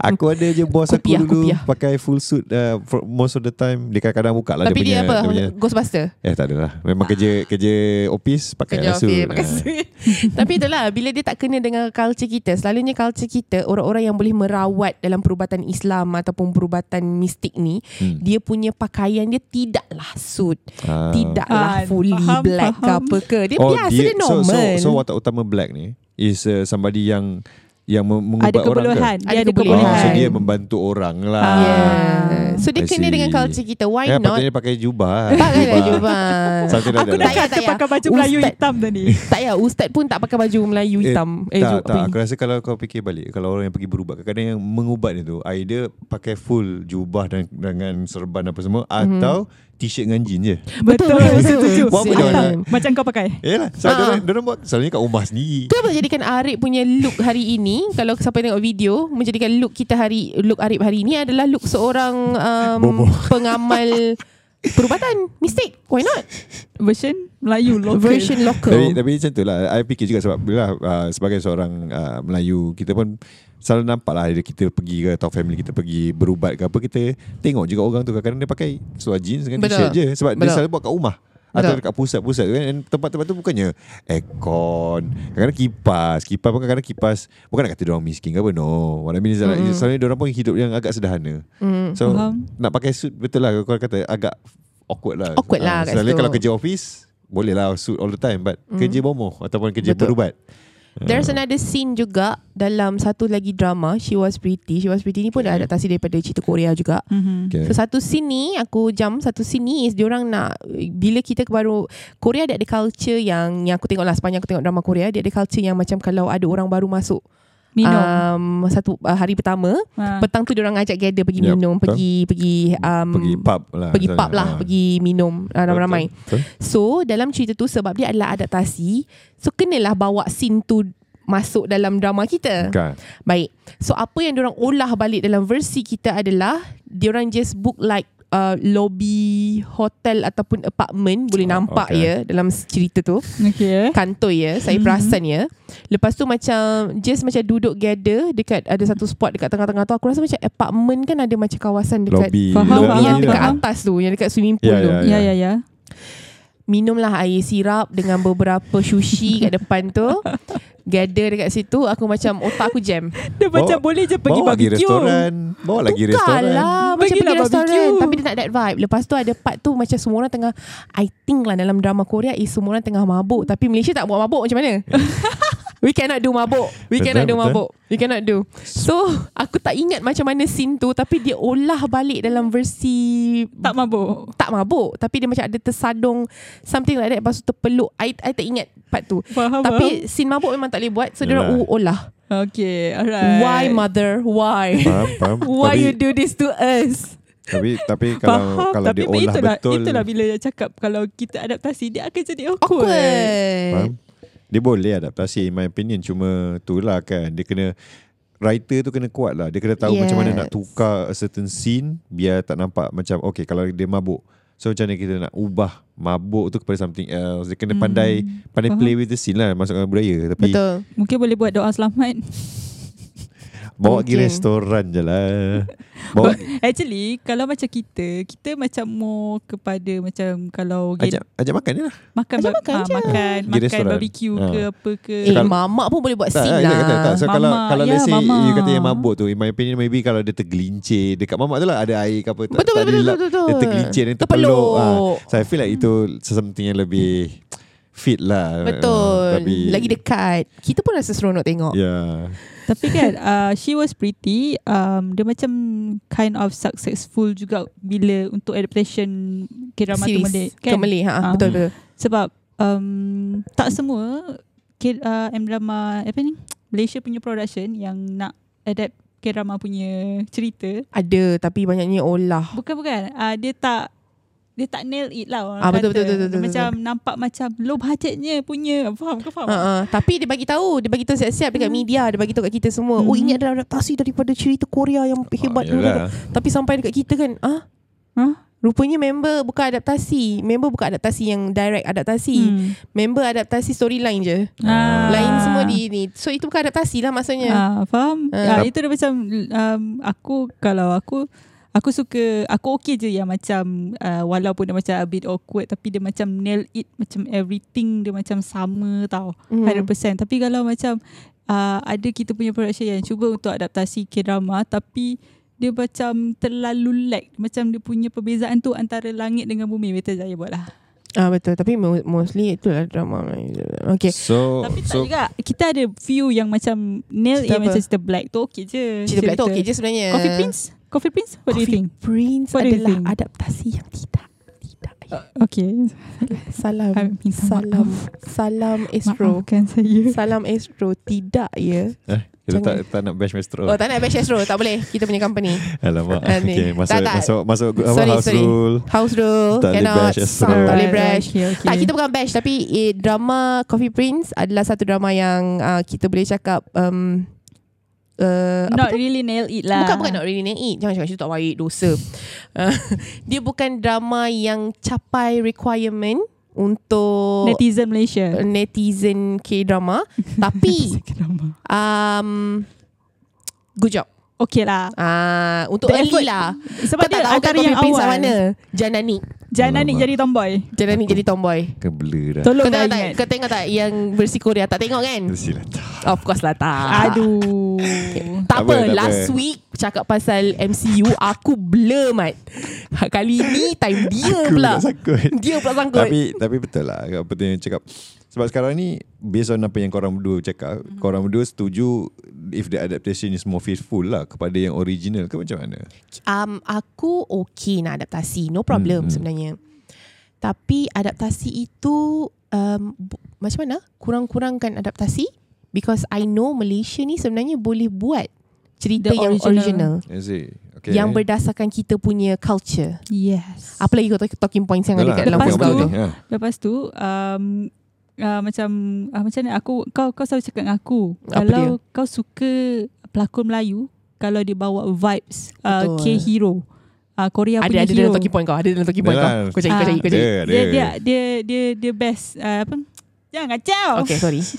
Speaker 3: aku ada je bos aku
Speaker 2: Kopiah,
Speaker 3: dulu
Speaker 2: kopiah.
Speaker 3: pakai full suit uh, for most of the time dia kadang-kadang buka lah
Speaker 2: tapi
Speaker 3: dia punya,
Speaker 2: dia, apa?
Speaker 3: dia punya
Speaker 2: Ghostbuster.
Speaker 3: eh tak adalah memang kerja kerja office pakai
Speaker 2: Kerja
Speaker 3: lah suit
Speaker 2: okey, pakai
Speaker 3: Ah.
Speaker 2: suit. [LAUGHS] Tapi itulah bila dia tak kena dengan culture kita. Selalunya culture kita orang-orang yang boleh merawat dalam perubatan Islam ataupun perubatan mistik ni,
Speaker 3: Hmm.
Speaker 2: hmm. dia punya pakaian dia tidaklah suit,
Speaker 3: Ah. Oh,
Speaker 2: tidaklah
Speaker 1: Ah,
Speaker 2: fully
Speaker 1: faham,
Speaker 2: black ke
Speaker 1: faham.
Speaker 2: apa ke. Dia biasa dia, normal.
Speaker 3: So, so, so watak utama Black ni is uh, somebody yang yang mem-
Speaker 1: kan?
Speaker 3: mengubah
Speaker 1: Ada
Speaker 3: orang ke?
Speaker 1: kebolehan. Dia ada
Speaker 2: Ada
Speaker 3: Oh,
Speaker 2: kebolehan.
Speaker 3: so
Speaker 1: kebolehan.
Speaker 3: dia membantu orang lah.
Speaker 1: Ah.
Speaker 2: yeah. So dia
Speaker 3: I
Speaker 2: kena
Speaker 3: see.
Speaker 2: dengan culture kita. Ah, Why
Speaker 3: Ya,
Speaker 2: not?
Speaker 3: patutnya pakai jubah.
Speaker 2: Pakailah jubah.
Speaker 3: Something like
Speaker 2: Aku
Speaker 3: that
Speaker 2: dah
Speaker 3: lah.
Speaker 1: Kata pakai baju Melayu hitam tadi.
Speaker 2: Tak ya, ustaz pun tak pakai baju Melayu hitam.
Speaker 3: Eh, tak,
Speaker 2: ju-
Speaker 3: tak.
Speaker 2: apa ni?
Speaker 3: Aku rasa kalau kau fikir balik, kalau orang yang pergi berubat, kadang-kadang yang mengubat dia tu, either pakai full jubah dan dengan serban apa semua,
Speaker 2: Mhm.
Speaker 3: mm-hmm. atau t-shirt dengan jean je.
Speaker 1: Betul.
Speaker 2: betul, betul.
Speaker 1: Setuju.
Speaker 3: Buat apa dia
Speaker 1: Hitam.
Speaker 3: orang?
Speaker 1: Macam kau pakai.
Speaker 3: Yelah, so
Speaker 2: Ah.
Speaker 3: uh-huh. dia buat selalunya kat rumah sendiri.
Speaker 2: Tu apa jadikan Arif punya look hari ini Kalau siapa tengok video Menjadikan look kita hari Look Arif hari ini adalah look seorang um,
Speaker 3: Bobo.
Speaker 2: Pengamal
Speaker 3: [LAUGHS]
Speaker 2: Perubatan Mistake Why not
Speaker 1: Version [LAUGHS] Melayu local.
Speaker 2: Version local
Speaker 3: Tapi, tapi macam tu lah I fikir juga sebab Bila uh, sebagai seorang uh, Melayu Kita pun Selalu nampak lah dia- Kita pergi ke Atau family kita pergi Berubat ke apa Kita tengok juga orang tu Kadang-kadang dia pakai Seluar jeans dengan
Speaker 2: Betul.
Speaker 3: t-shirt je Sebab dia
Speaker 2: Betul.
Speaker 3: selalu buat kat rumah
Speaker 2: Betul.
Speaker 3: Atau dekat pusat-pusat tu kan And tempat-tempat tu bukannya Aircon Kadang-kadang kipas Kipas pun kadang-kadang kipas Bukan nak kata dia orang miskin ke apa No What I mean is like,
Speaker 2: Mm.
Speaker 3: Selalunya dia orang pun hidup yang agak sederhana
Speaker 2: mm.
Speaker 3: So
Speaker 1: Faham.
Speaker 3: nak pakai suit betul lah Kau kata agak awkward lah
Speaker 2: Awkward lah kat situ.
Speaker 3: Selalunya
Speaker 2: Mm.
Speaker 3: kalau kerja office Boleh lah suit all the time But kerja bomoh Ataupun kerja
Speaker 2: Betul.
Speaker 3: berubat
Speaker 2: There's another scene juga dalam satu lagi drama She Was Pretty. She Was Pretty ni pun
Speaker 3: Hmm.
Speaker 2: ada adaptasi daripada cerita Korea juga.
Speaker 1: Mm-hmm.
Speaker 3: Okay.
Speaker 2: So satu scene ni aku jam satu scene ni is diorang nak bila kita baru Korea dia ada culture yang yang aku tengok lah sepanjang aku tengok drama Korea dia ada culture yang macam kalau ada orang baru masuk
Speaker 1: Minum.
Speaker 2: um, satu uh, hari pertama
Speaker 1: Uh,
Speaker 2: petang tu diorang ajak gather pergi
Speaker 3: Yep,
Speaker 2: minum
Speaker 3: Hmm. betul.
Speaker 2: pergi pergi um,
Speaker 3: pergi pub lah.
Speaker 2: pergi pub lah
Speaker 3: Ha.
Speaker 2: pergi minum uh, ramai-ramai
Speaker 3: Betul.
Speaker 2: So dalam cerita tu sebab dia adalah adaptasi So kenalah bawa scene tu masuk dalam drama kita
Speaker 3: Bukan.
Speaker 2: Baik So apa yang diorang olah balik dalam versi kita adalah Diorang just book like uh, lobby hotel ataupun apartment Boleh
Speaker 3: Oh,
Speaker 2: nampak
Speaker 3: okay. Mm-hmm.
Speaker 2: ya dalam cerita tu
Speaker 1: okay.
Speaker 2: Kantoi ya Saya
Speaker 1: Mhm.
Speaker 2: perasan ya Lepas tu macam Just macam duduk gather Dekat ada satu spot dekat tengah-tengah tu Aku rasa macam apartment kan ada macam kawasan dekat
Speaker 3: Lobby. lah.
Speaker 1: Faham,
Speaker 2: Lobby yang
Speaker 1: faham,
Speaker 2: dekat
Speaker 1: faham.
Speaker 2: atas tu Yang dekat swimming pool
Speaker 3: Ya,
Speaker 2: tu
Speaker 1: Ya,
Speaker 3: ya,
Speaker 1: ya, ya.
Speaker 2: minumlah air sirap dengan beberapa sushi kat depan tu. Gather dekat situ aku macam otak aku jam.
Speaker 1: Dia
Speaker 3: Bawa-
Speaker 1: macam boleh je pergi
Speaker 3: Bawa lagi
Speaker 1: barbecue.
Speaker 3: restoran. Bawa lagi
Speaker 2: Tukar
Speaker 3: restoran.
Speaker 2: lah macam
Speaker 1: Pergilah
Speaker 2: pergi restoran
Speaker 1: barbecue.
Speaker 2: tapi dia tak that vibe. Lepas tu ada part tu macam semua orang tengah I think lah dalam drama Korea is semua orang tengah mabuk tapi Malaysia tak buat mabuk macam
Speaker 3: [LAUGHS]
Speaker 2: mana? We cannot do mabuk. We
Speaker 3: Betul,
Speaker 2: cannot do
Speaker 3: betul.
Speaker 2: mabuk. We cannot do. So, aku tak ingat macam mana scene tu tapi dia olah balik dalam versi
Speaker 1: Tak mabuk.
Speaker 2: tak mabuk tapi dia macam ada tersadung something like that lepas tu terpeluk I, I tak ingat part tu
Speaker 1: Faham,
Speaker 2: tapi scene mabuk memang tak boleh buat so dia
Speaker 3: Yalah.
Speaker 2: orang oh, olah
Speaker 1: faham. Okay, alright.
Speaker 2: why mother why
Speaker 3: Faham, faham.
Speaker 2: [LAUGHS] why
Speaker 3: tapi,
Speaker 2: you do this to us
Speaker 3: tapi, tapi kalau
Speaker 1: Faham,
Speaker 3: kalau
Speaker 1: tapi
Speaker 3: dia olah
Speaker 1: itulah,
Speaker 3: betul.
Speaker 1: Itulah bila dia cakap kalau kita adaptasi, dia akan jadi awkward.
Speaker 3: Faham?
Speaker 2: awkward
Speaker 3: Dia boleh adaptasi in my opinion Cuma tu lah kan Dia kena Writer tu kena kuat lah Dia kena tahu yes. macam mana nak
Speaker 2: Yes.
Speaker 3: tukar A certain scene Biar tak nampak macam Okay kalau dia mabuk So macam mana kita nak ubah Mabuk tu kepada something else Dia kena
Speaker 1: Hmm.
Speaker 3: pandai Pandai
Speaker 1: Faham.
Speaker 3: play with the scene lah Masukkan budaya Tapi Betul.
Speaker 2: betul
Speaker 1: Mungkin boleh buat doa selamat. [LAUGHS]
Speaker 3: bawa pergi
Speaker 2: Mungkin.
Speaker 3: restoran je lah Bawa
Speaker 1: But actually, kalau macam kita, kita macam more kepada macam kalau
Speaker 3: ajak, ajak makan je lah
Speaker 1: makan
Speaker 2: Ajak
Speaker 1: ba-
Speaker 2: makan
Speaker 1: ah,
Speaker 2: je.
Speaker 1: makan,
Speaker 3: Pergi
Speaker 1: makan
Speaker 3: restoran.
Speaker 1: barbecue ke
Speaker 3: Ah.
Speaker 1: apa ke.
Speaker 2: eh
Speaker 3: Kalau-
Speaker 2: mamak pun boleh buat
Speaker 3: Tak,
Speaker 2: scene
Speaker 3: tak, tak, tak, tak.
Speaker 2: lah
Speaker 3: So kalau
Speaker 1: Mama.
Speaker 3: kalau
Speaker 1: Ya,
Speaker 3: let's say
Speaker 1: mama.
Speaker 3: You kata yang mabuk tu In my opinion maybe Kalau dia tergelincir Dekat mamak tu lah Ada air ke apa tak,
Speaker 2: Betul,
Speaker 3: tak
Speaker 2: betul,
Speaker 3: dilap.
Speaker 2: betul, betul.
Speaker 3: Dia tergelincir Dia terpeluk
Speaker 2: Terpeluk.
Speaker 3: Ah, So I feel like itu Something yang lebih Fit lah
Speaker 2: betul
Speaker 3: Ah, tapi,
Speaker 2: lagi dekat kita pun rasa seronok tengok
Speaker 3: Ya yeah.
Speaker 1: Tapi [LAUGHS] kan uh, She was pretty um, Dia macam Kind of successful juga Bila untuk adaptation K-drama tu
Speaker 2: series
Speaker 1: Malay kan?
Speaker 2: Kemelik, ha,
Speaker 1: Ah.
Speaker 2: betul betul
Speaker 1: Sebab um, Tak semua K, uh, M-drama Apa ni Malaysia punya production Yang nak adapt K-drama punya cerita
Speaker 2: ada tapi banyaknya olah
Speaker 1: Bukan-bukan uh, Dia tak dia tak nail it lah orang
Speaker 2: Ah, betul,
Speaker 1: kata.
Speaker 2: betul, betul, betul,
Speaker 1: Dia macam nampak macam low budgetnya punya faham ke faham
Speaker 2: Uh-uh. Tapi dia bagi tahu, dia bagi tahu siap-siap dekat
Speaker 1: Hmm.
Speaker 2: media, dia bagi tahu kat kita semua. Oh
Speaker 1: Mhm.
Speaker 2: ini adalah adaptasi daripada cerita Korea yang hebat
Speaker 3: Hmm. Ah,
Speaker 2: dulu.
Speaker 3: yalah.
Speaker 2: Tapi sampai dekat kita kan, ah,
Speaker 1: Huh?
Speaker 2: rupanya member bukan adaptasi. Member bukan adaptasi yang direct adaptasi. Hmm.
Speaker 1: Hmm.
Speaker 2: Member adaptasi storyline je.
Speaker 1: Ah.
Speaker 2: Lain semua di ni. So itu bukan adaptasi lah maksudnya.
Speaker 1: Ah, faham? Ah,
Speaker 2: Ah.
Speaker 1: itu dia macam um, aku kalau aku aku suka aku okey je yang macam uh, walaupun dia macam a bit awkward tapi dia macam nail it macam everything dia macam sama tau.
Speaker 2: Hmm.
Speaker 1: 100%. Tapi kalau macam uh, ada kita punya production yang cuba untuk adaptasi K-drama tapi dia macam terlalu lag macam dia punya perbezaan tu antara langit dengan bumi Betul Jaya buat lah
Speaker 2: Ah betul. Tapi mo- mostly itulah drama. Okay.
Speaker 3: So
Speaker 1: tapi tak
Speaker 3: Oh, so,
Speaker 1: juga kita ada few yang macam nail
Speaker 2: Cerita
Speaker 1: it
Speaker 2: apa?
Speaker 1: macam cerita black tu okey je
Speaker 2: Cerita Black tu okay je sebenarnya.
Speaker 1: Coffee Prince? Coffee Prince? What do you
Speaker 2: Eh, Coffee
Speaker 1: think?
Speaker 2: Prince
Speaker 1: What do you
Speaker 2: adalah
Speaker 1: think? Ah.
Speaker 2: adaptasi yang tidak tidak.
Speaker 1: Okay.
Speaker 2: Salam.
Speaker 1: I minta
Speaker 2: Um, Salam. Salam Astro.
Speaker 1: Maafkan saya.
Speaker 2: Salam Astro tidak ya.
Speaker 3: eh, Kita tak,
Speaker 2: Jangan.
Speaker 3: tak nak bash Mastro
Speaker 2: Oh tak nak bash Astro tak boleh. Kita punya company.
Speaker 3: Alamak
Speaker 2: Ah, ni.
Speaker 3: okay, masuk,
Speaker 2: Tak, tak.
Speaker 3: masuk Masuk apa,
Speaker 2: Sorry,
Speaker 3: House
Speaker 2: sorry.
Speaker 3: rule
Speaker 2: House rule
Speaker 3: Tak boleh
Speaker 2: cannot
Speaker 3: bash Astro.
Speaker 2: tak boleh
Speaker 1: Alright,
Speaker 2: bash.
Speaker 1: Okay, okay.
Speaker 2: Tak kita bukan bash tapi eh, drama Coffee Prince adalah satu drama yang uh, kita boleh cakap um, uh,
Speaker 1: not
Speaker 2: apa tu?
Speaker 1: really nail it lah.
Speaker 2: Bukan bukan not really naik Jangan cakap situ tak baik Dosa uh, [LAUGHS] Dia bukan drama yang Capai requirement Untuk
Speaker 1: Netizen Malaysia.
Speaker 2: Netizen K-drama
Speaker 1: [LAUGHS]
Speaker 2: Tapi um, Good job
Speaker 1: Okay lah.
Speaker 2: uh, Untuk
Speaker 1: The effort.
Speaker 2: early lah
Speaker 1: Sebab
Speaker 2: Kau
Speaker 1: dia
Speaker 2: tak tahu kan
Speaker 1: antara
Speaker 2: Coffee
Speaker 1: yang
Speaker 2: Prince
Speaker 1: awal.
Speaker 2: lah mana Janani
Speaker 1: Jangan ni
Speaker 3: Alamak.
Speaker 1: jadi tomboy.
Speaker 2: Janani jadi tomboy
Speaker 3: Kan blur dah
Speaker 1: Tolong
Speaker 2: Kau
Speaker 1: lah
Speaker 2: tengok tak
Speaker 1: ingat.
Speaker 2: Kau tengok tak Yang versi Korea Tak tengok kan
Speaker 3: Sila tak
Speaker 2: Of course lah tak
Speaker 1: Aduh.
Speaker 3: Tak
Speaker 2: tak apa,
Speaker 3: apa, tak
Speaker 2: last
Speaker 3: apa.
Speaker 2: week cakap pasal MCU aku blur mat. Ha, Kali ni time dia
Speaker 3: Aku
Speaker 2: pula.
Speaker 3: nak sangkut
Speaker 2: Dia pula sangkut.
Speaker 3: Tapi tapi betul lah Apa tu yang cakap Sebab sekarang ni based on apa yang korang berdua cakap,
Speaker 1: Mhm.
Speaker 3: mm-hmm. korang berdua setuju if the adaptation is more faithful lah kepada yang original ke macam mana?
Speaker 2: um, aku okay nak adaptasi no problem hmm.
Speaker 3: Hmm, hmm.
Speaker 2: sebenarnya tapi adaptasi itu um, bu- macam mana kurang-kurangkan adaptasi because I know Malaysia ni sebenarnya boleh buat cerita
Speaker 1: The
Speaker 2: The yang
Speaker 1: original.
Speaker 2: original, original
Speaker 3: Is it?
Speaker 2: okay.
Speaker 3: Okay.
Speaker 2: yang berdasarkan kita punya culture
Speaker 1: Yes.
Speaker 2: apa lagi kau talk- talking points yang ada
Speaker 3: Yalah,
Speaker 2: kat dalam
Speaker 1: Lepas
Speaker 3: yang
Speaker 2: poster
Speaker 3: mana
Speaker 1: tu-
Speaker 2: tu
Speaker 3: ni? Ha.
Speaker 1: Lepas tu um, uh, macam uh, macam mana aku kau kau selalu cakap dengan aku
Speaker 2: Apa
Speaker 1: kalau kau suka pelakon Melayu kalau dia bawa vibes uh,
Speaker 2: Betul.
Speaker 1: K hero uh, Korea
Speaker 2: ada
Speaker 1: punya
Speaker 2: ada
Speaker 1: hero
Speaker 2: dalam talking point kau ada dalam talking point kau
Speaker 3: Yalah.
Speaker 2: kau cari
Speaker 1: Ah.
Speaker 2: kau cari kau
Speaker 3: Ada,
Speaker 2: cari
Speaker 3: ada.
Speaker 1: dia dia dia dia dia best uh, apa jangan kacau
Speaker 2: okay sorry
Speaker 1: [LAUGHS]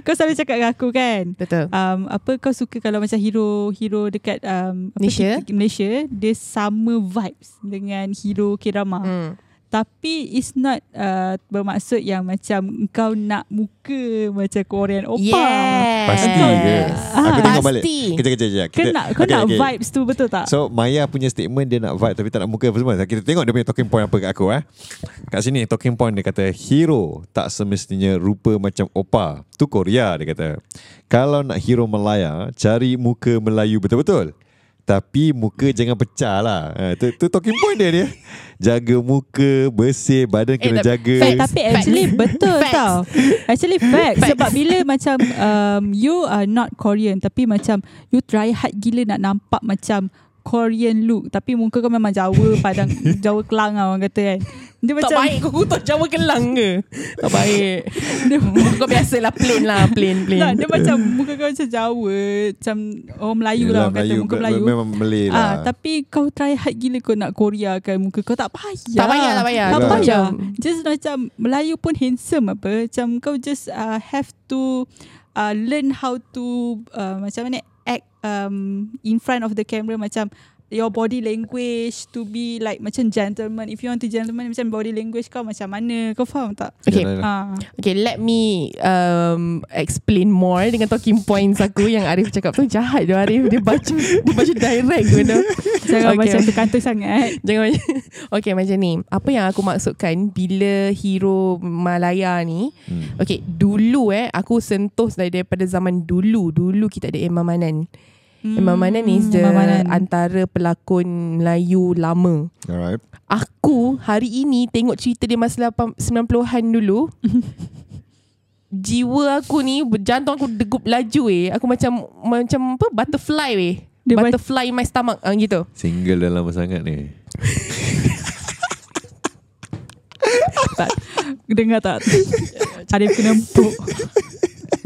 Speaker 1: kau selalu cakap dengan aku kan
Speaker 2: betul
Speaker 1: um, apa kau suka kalau macam hero hero dekat um, apa,
Speaker 2: Malaysia?
Speaker 1: ki- Malaysia dia sama vibes dengan hero K-drama
Speaker 2: hmm.
Speaker 1: tapi it's not uh, bermaksud yang macam kau nak muka macam Korean oppa
Speaker 2: yeah
Speaker 3: Pasti ke? Aku
Speaker 1: Ah.
Speaker 3: tengok balik.
Speaker 2: Pasti.
Speaker 3: Kejap, kejap, kejap.
Speaker 1: kau
Speaker 3: Kita-
Speaker 1: nak kau
Speaker 3: okay,
Speaker 1: nak
Speaker 3: okay.
Speaker 1: vibes tu betul tak
Speaker 3: So Maya punya statement dia nak vibe tapi tak nak muka apa semua. Kita tengok dia punya talking point apa kat aku eh. Kat sini talking point dia kata hero tak semestinya rupa macam opa. Tu Korea dia kata. Kalau nak hero Melaya, cari muka Melayu betul-betul. Tapi muka jangan pecah lah. Ha, tu, tu talking point dia dia. Jaga muka, bersih, badan kena
Speaker 2: tapi-
Speaker 3: jaga.
Speaker 1: Fact, Eh, tapi
Speaker 2: Facts.
Speaker 1: actually betul
Speaker 2: Facts.
Speaker 1: tau
Speaker 2: [LAUGHS]
Speaker 1: Actually fact
Speaker 2: Facts.
Speaker 1: Sebab bila macam um, You are not Korean Tapi macam You try hard gila nak nampak macam Korean look Tapi muka kau memang
Speaker 2: [LAUGHS]
Speaker 1: Jawa Padang Jawa Kelang lah orang kata kan Dia
Speaker 2: tak
Speaker 1: macam [LAUGHS]
Speaker 2: baik kau kutuk Jawa Kelang ke? Tak baik. [LAUGHS]
Speaker 1: dia,
Speaker 2: kau biasalah plain lah, plain plain.
Speaker 1: tak, dia macam Muka kau macam Jawa Macam Orang Melayu lah
Speaker 3: Yelah,
Speaker 1: orang kata Muka Melayu
Speaker 3: Memang Malay lah.
Speaker 1: Ah, tapi kau try hard gila kau nak Korea kan muka kau tak payah.
Speaker 2: Tak payah, tak payah.
Speaker 1: Tak
Speaker 3: Yelah.
Speaker 1: payah.
Speaker 2: Macam-
Speaker 1: Just macam Melayu pun handsome apa. Macam kau just uh, have to uh, learn how to uh, macam mana act um, in front of the camera macam your body language to be like macam gentleman. If you want to gentleman macam body language kau macam mana? Kau faham tak?
Speaker 2: Okay,
Speaker 3: Yalah, yalah.
Speaker 1: Ah.
Speaker 2: okay, let me um, explain more dengan talking points aku yang Arif cakap tu jahat tu Arif dia baca dia baca direct tu. tu.
Speaker 1: Jangan
Speaker 2: Okay.
Speaker 1: macam terkantung sangat.
Speaker 2: Jangan macam [LAUGHS] Okay macam ni Apa yang aku maksudkan Bila hero Malaya ni
Speaker 3: Hmm.
Speaker 2: hmm. Okay dulu eh Aku sentuh dari- daripada zaman dulu Dulu kita ada Emma Manan hmm, Emma Manan is the
Speaker 1: Imam Manan.
Speaker 2: Antara pelakon Melayu lama
Speaker 3: Alright.
Speaker 2: Aku hari ini tengok cerita dia masa 8- 90-an dulu Jiwa aku ni Jantung aku degup laju eh Aku macam Macam apa Butterfly weh
Speaker 1: Dia ba-
Speaker 2: Butterfly in my stomach ah, Gitu
Speaker 3: Single dah lama sangat ni.
Speaker 1: tak. [LAUGHS] Dengar
Speaker 2: [LAUGHS]
Speaker 1: tak? Arif kena empuk.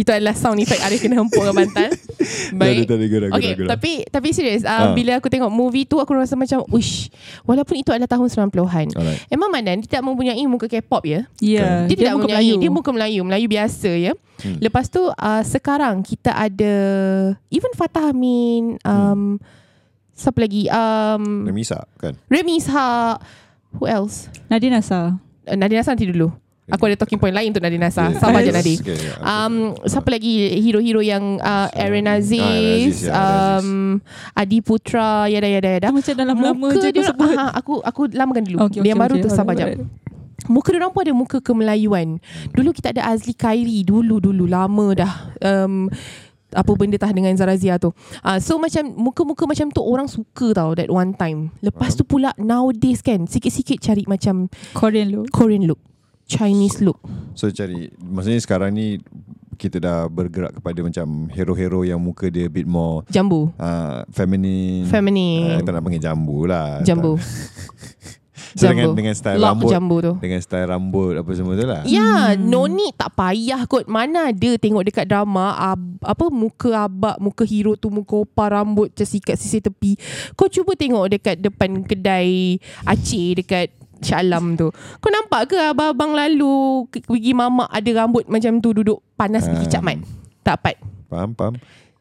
Speaker 2: Itu adalah sound effect Arif kena hempuk dengan
Speaker 3: [LAUGHS]
Speaker 2: bantal
Speaker 3: Dah,
Speaker 2: Baik
Speaker 3: dah, dah, dah, dah,
Speaker 2: Okay
Speaker 3: dah, dah.
Speaker 2: tapi Tapi serius
Speaker 3: lah. Ah.
Speaker 2: uh, Bila aku tengok movie tu Aku rasa macam Uish Walaupun itu adalah tahun 90-an
Speaker 3: Alright.
Speaker 2: Emma Manan Dia tak mempunyai muka K-pop ya
Speaker 1: Ya,
Speaker 3: Kan?
Speaker 2: Dia, tidak muka Melayu Dia muka Melayu Melayu biasa ya
Speaker 3: Hmm.
Speaker 2: Lepas tu uh, Sekarang kita ada Even Fatah Amin
Speaker 3: Hmm.
Speaker 2: um, Siapa lagi um,
Speaker 3: Dah misak kan?
Speaker 2: Remy Ishak Who else
Speaker 1: Nadine Asa.
Speaker 2: Uh, Nadine Hasan nanti dulu Aku ada talking point lain untuk Nadine Hasan
Speaker 3: Yeah. [LAUGHS]
Speaker 2: Sama je
Speaker 1: Yes.
Speaker 2: Nadine
Speaker 3: Okay, yeah, aku-
Speaker 2: Um, siapa lagi hero-hero yang uh, Aaron Aziz,
Speaker 3: Ah, Aaron Aziz, ya, Aaron Aziz.
Speaker 2: um, Adi Putra, ya, yada yada yada.
Speaker 1: Dah macam dalam lama je kau
Speaker 2: dia,
Speaker 1: sebut.
Speaker 2: aha, aku aku lamakan dulu.
Speaker 1: Okey,
Speaker 2: Okay,
Speaker 1: okey,
Speaker 2: yang baru
Speaker 1: okey.
Speaker 2: tu sabar
Speaker 1: Alright,
Speaker 2: jap. Muka dia orang pun ada muka kemelayuan.
Speaker 3: Hmm.
Speaker 2: Dulu kita ada Azli Khairi dulu-dulu lama dah. Um, apa benda tah dengan Zara Zia tu. Uh, so macam muka-muka macam tu orang suka tau that one time. Lepas tu pula nowadays kan sikit-sikit cari macam
Speaker 1: Korean look.
Speaker 2: Korean look, Chinese look.
Speaker 3: So cari Maksudnya sekarang ni Kita dah bergerak kepada macam Hero-hero yang muka dia a bit more
Speaker 2: Jambu,
Speaker 3: uh, Feminine uh,
Speaker 2: feminine,
Speaker 3: Tak nak panggil jambu lah
Speaker 2: [LAUGHS] jambu.
Speaker 3: tak. so, dengan,
Speaker 2: jambu.
Speaker 3: dengan style
Speaker 2: Lock
Speaker 3: rambut
Speaker 2: jambu tu.
Speaker 3: Dengan style rambut Apa semua tu lah
Speaker 2: Ya, hmm. no need tak payah kot. Mana ada tengok dekat drama ab, apa muka abak, muka hero tu muka opa rambut macam sikat sisi tepi. Kau cuba tengok dekat depan kedai Aceh dekat Shah Alam tu. Kau nampak ke abang-abang lalu ke- pergi mamak ada rambut macam tu duduk panas pergi
Speaker 3: Ah.
Speaker 2: camat? Tak dapat.
Speaker 3: Faham faham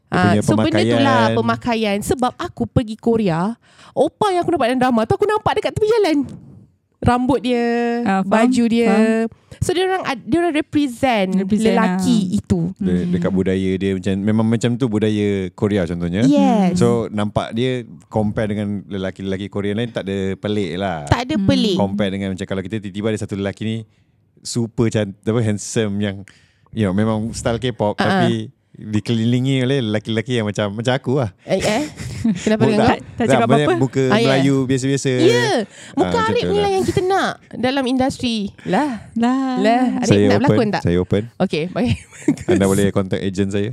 Speaker 2: Ah,
Speaker 3: Dia punya
Speaker 2: so benda tu
Speaker 3: pemakaian.
Speaker 2: lah pemakaian Sebab aku pergi Korea Opa yang aku nampak dalam drama tu Aku nampak dekat tepi jalan Rambut dia
Speaker 1: Ah, faham,
Speaker 2: Baju dia So dia orang ad- Dia orang represent,
Speaker 1: Represent,
Speaker 2: represent Lelaki
Speaker 1: ah.
Speaker 2: itu
Speaker 3: De- Dekat budaya dia macam Memang macam tu budaya Korea contohnya
Speaker 2: Yes so,
Speaker 3: So nampak dia Compare dengan lelaki-lelaki Korea lain Tak ada pelik lah
Speaker 1: Hmm.
Speaker 2: Tak ada pelik
Speaker 3: Compare dengan macam Kalau kita tiba-tiba ada satu lelaki ni super cantik apa handsome yang you know, memang style K-pop uh-huh. tapi dikelilingi oleh lelaki-lelaki yang macam macam aku lah.
Speaker 2: Eh, eh? Kenapa
Speaker 3: Muka-
Speaker 2: dengan kau?
Speaker 1: Tak cakap
Speaker 3: banyak
Speaker 1: apa-apa.
Speaker 3: Muka
Speaker 2: Ah, ya.
Speaker 3: Melayu biasa-biasa.
Speaker 2: Ya, yeah. muka
Speaker 3: Ah, macam
Speaker 2: Arif
Speaker 3: tu
Speaker 2: ni
Speaker 3: lah.
Speaker 2: lah yang kita nak dalam industri. Lah.
Speaker 1: Lah.
Speaker 2: Lah, Arif
Speaker 3: Saya
Speaker 2: nak
Speaker 3: open,
Speaker 2: berlakon tak?
Speaker 3: saya open.
Speaker 2: Okay, baik.
Speaker 3: Anda boleh contact agent saya.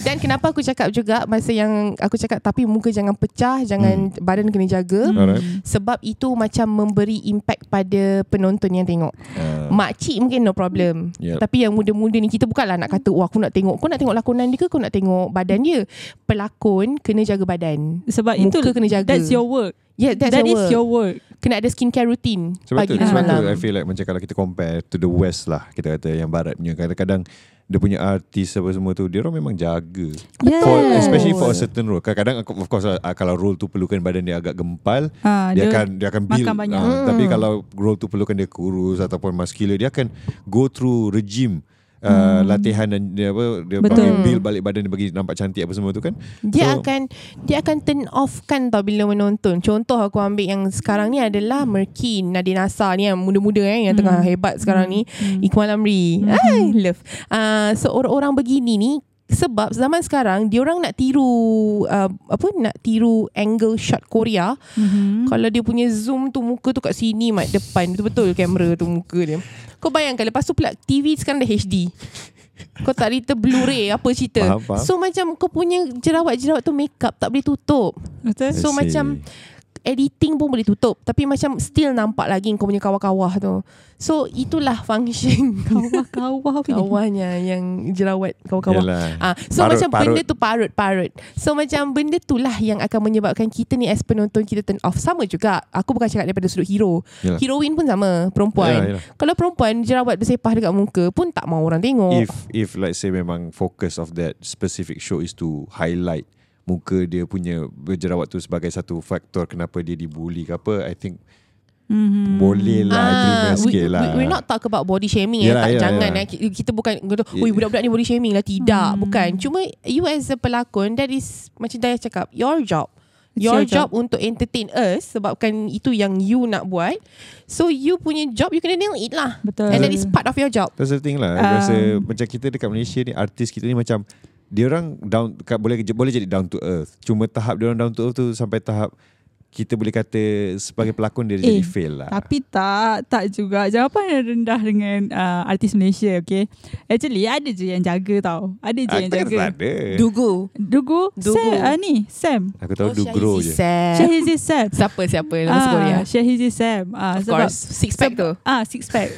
Speaker 2: Dan kenapa aku cakap juga masa yang aku cakap tapi muka jangan pecah, jangan hmm. badan kena jaga. Hmm.
Speaker 3: Alright.
Speaker 2: Sebab itu macam memberi impact pada penonton yang tengok.
Speaker 3: Uh,
Speaker 2: Makcik mungkin no problem.
Speaker 3: Yep.
Speaker 2: Tapi yang muda-muda ni kita bukanlah nak kata wah aku nak tengok. Kau nak tengok lakonan dia ke kau nak tengok badan dia? Pelakon kena jaga badan.
Speaker 1: Sebab
Speaker 2: Muka
Speaker 1: itu
Speaker 2: kena jaga.
Speaker 1: That's your work.
Speaker 2: Yeah, that's
Speaker 1: That
Speaker 2: your
Speaker 1: is
Speaker 2: work.
Speaker 1: your work.
Speaker 2: Kena ada skincare routine
Speaker 3: sebab
Speaker 2: pagi
Speaker 3: tu,
Speaker 2: dan
Speaker 3: sebab tu
Speaker 2: malam.
Speaker 3: I feel like macam kalau kita compare to the west lah. Kita kata yang barat punya. Kadang-kadang dia punya artis apa semua tu dia orang memang jaga
Speaker 1: Yeah.
Speaker 3: for,
Speaker 2: Betul.
Speaker 3: especially for a certain role kadang-kadang aku- of course lah, ah, kalau role tu perlukan badan dia agak gempal
Speaker 1: Ah, dia
Speaker 3: dia, akan dia akan build
Speaker 1: makan banyak.
Speaker 3: Ah,
Speaker 2: Hmm.
Speaker 3: tapi kalau role tu perlukan dia kurus ataupun muscular dia akan go through regime
Speaker 2: Hmm.
Speaker 3: Uh, latihan dan dia apa dia
Speaker 1: Betul.
Speaker 3: bagi build balik badan dia bagi nampak cantik apa semua tu kan
Speaker 2: Dia so, akan dia akan turn off kan tau bila menonton. Contoh aku ambil yang sekarang ni adalah Merkin, Nadine Asa ni yang muda-muda eh, yang hmm. tengah hebat sekarang ni, Iqmal Amri. Hmm. I love. Uh, so orang-orang begini ni sebab zaman sekarang dia orang nak tiru uh, apa nak tiru angle shot Korea. Hmm. Kalau dia punya zoom tu muka tu kat sini mat depan betul-betul kamera tu muka dia. Kau bayangkan lepas tu pula TV sekarang dah HD. Kau tak cerita Blu-ray apa cerita.
Speaker 3: Faham, faham.
Speaker 2: So macam kau punya jerawat-jerawat tu makeup tak boleh tutup.
Speaker 1: Betul?
Speaker 3: [LAUGHS] I
Speaker 2: So
Speaker 3: see.
Speaker 2: macam editing pun boleh tutup tapi macam still nampak lagi kau punya kawah-kawah tu. So itulah function [LAUGHS]
Speaker 1: Kawah-kawah punya.
Speaker 2: kawahnya yang jerawat kawah-kawah.
Speaker 3: Yalah.
Speaker 2: Ah, so
Speaker 3: Parut,
Speaker 2: macam
Speaker 3: parut.
Speaker 2: benda tu parut-parut. So macam benda tu lah yang akan menyebabkan kita ni as penonton kita turn off. Sama juga. Aku bukan cakap daripada sudut hero.
Speaker 3: Yalah.
Speaker 2: Heroin pun sama, perempuan.
Speaker 3: Yalah, yalah.
Speaker 2: Kalau perempuan jerawat bersepah dekat muka pun tak mau orang tengok.
Speaker 3: if if let's say memang focus of that specific show is to highlight muka dia punya berjerawat tu sebagai satu faktor kenapa dia dibuli ke apa I think mm-hmm. boleh lah
Speaker 2: Ah,
Speaker 3: terima sikit
Speaker 2: we,
Speaker 3: lah
Speaker 2: We, we're not talk about body shaming yeah,
Speaker 3: Yelah,
Speaker 2: tak
Speaker 3: yelah,
Speaker 2: jangan
Speaker 3: yelah.
Speaker 2: eh. Ki- kita bukan kata oi budak-budak ni body shaming lah tidak bukan cuma you as a pelakon that is macam Daya cakap your job
Speaker 1: It's
Speaker 2: Your,
Speaker 1: your job.
Speaker 2: job, untuk entertain us sebabkan itu yang you nak buat. So you punya job you kena nail it lah.
Speaker 1: Betul.
Speaker 2: And that is part of your job.
Speaker 3: That's the thing lah um, Rasa macam kita dekat Malaysia ni Artis kita ni macam dia orang down kat, boleh boleh jadi down to earth. Cuma tahap dia orang down to earth tu sampai tahap kita boleh kata sebagai pelakon dia jadi fail lah.
Speaker 1: Tapi tak, tak juga. Jawapan yang rendah dengan uh, artis Malaysia, okay? Actually, ada je yang jaga tau. Ada je
Speaker 3: Ah,
Speaker 1: yang
Speaker 3: kita kata
Speaker 1: jaga.
Speaker 3: tak ada.
Speaker 2: Dugu.
Speaker 1: Dugu,
Speaker 2: Dugu.
Speaker 1: Sam, uh, ni, Sam.
Speaker 3: Aku tahu oh, Dugro je.
Speaker 2: Sam.
Speaker 1: Syahizi Sam.
Speaker 2: Siapa siapa lah Korea.
Speaker 1: Syahizi Sam. Ah,
Speaker 2: Of
Speaker 1: sebab
Speaker 2: course. Six pack tu.
Speaker 1: Ah six pack.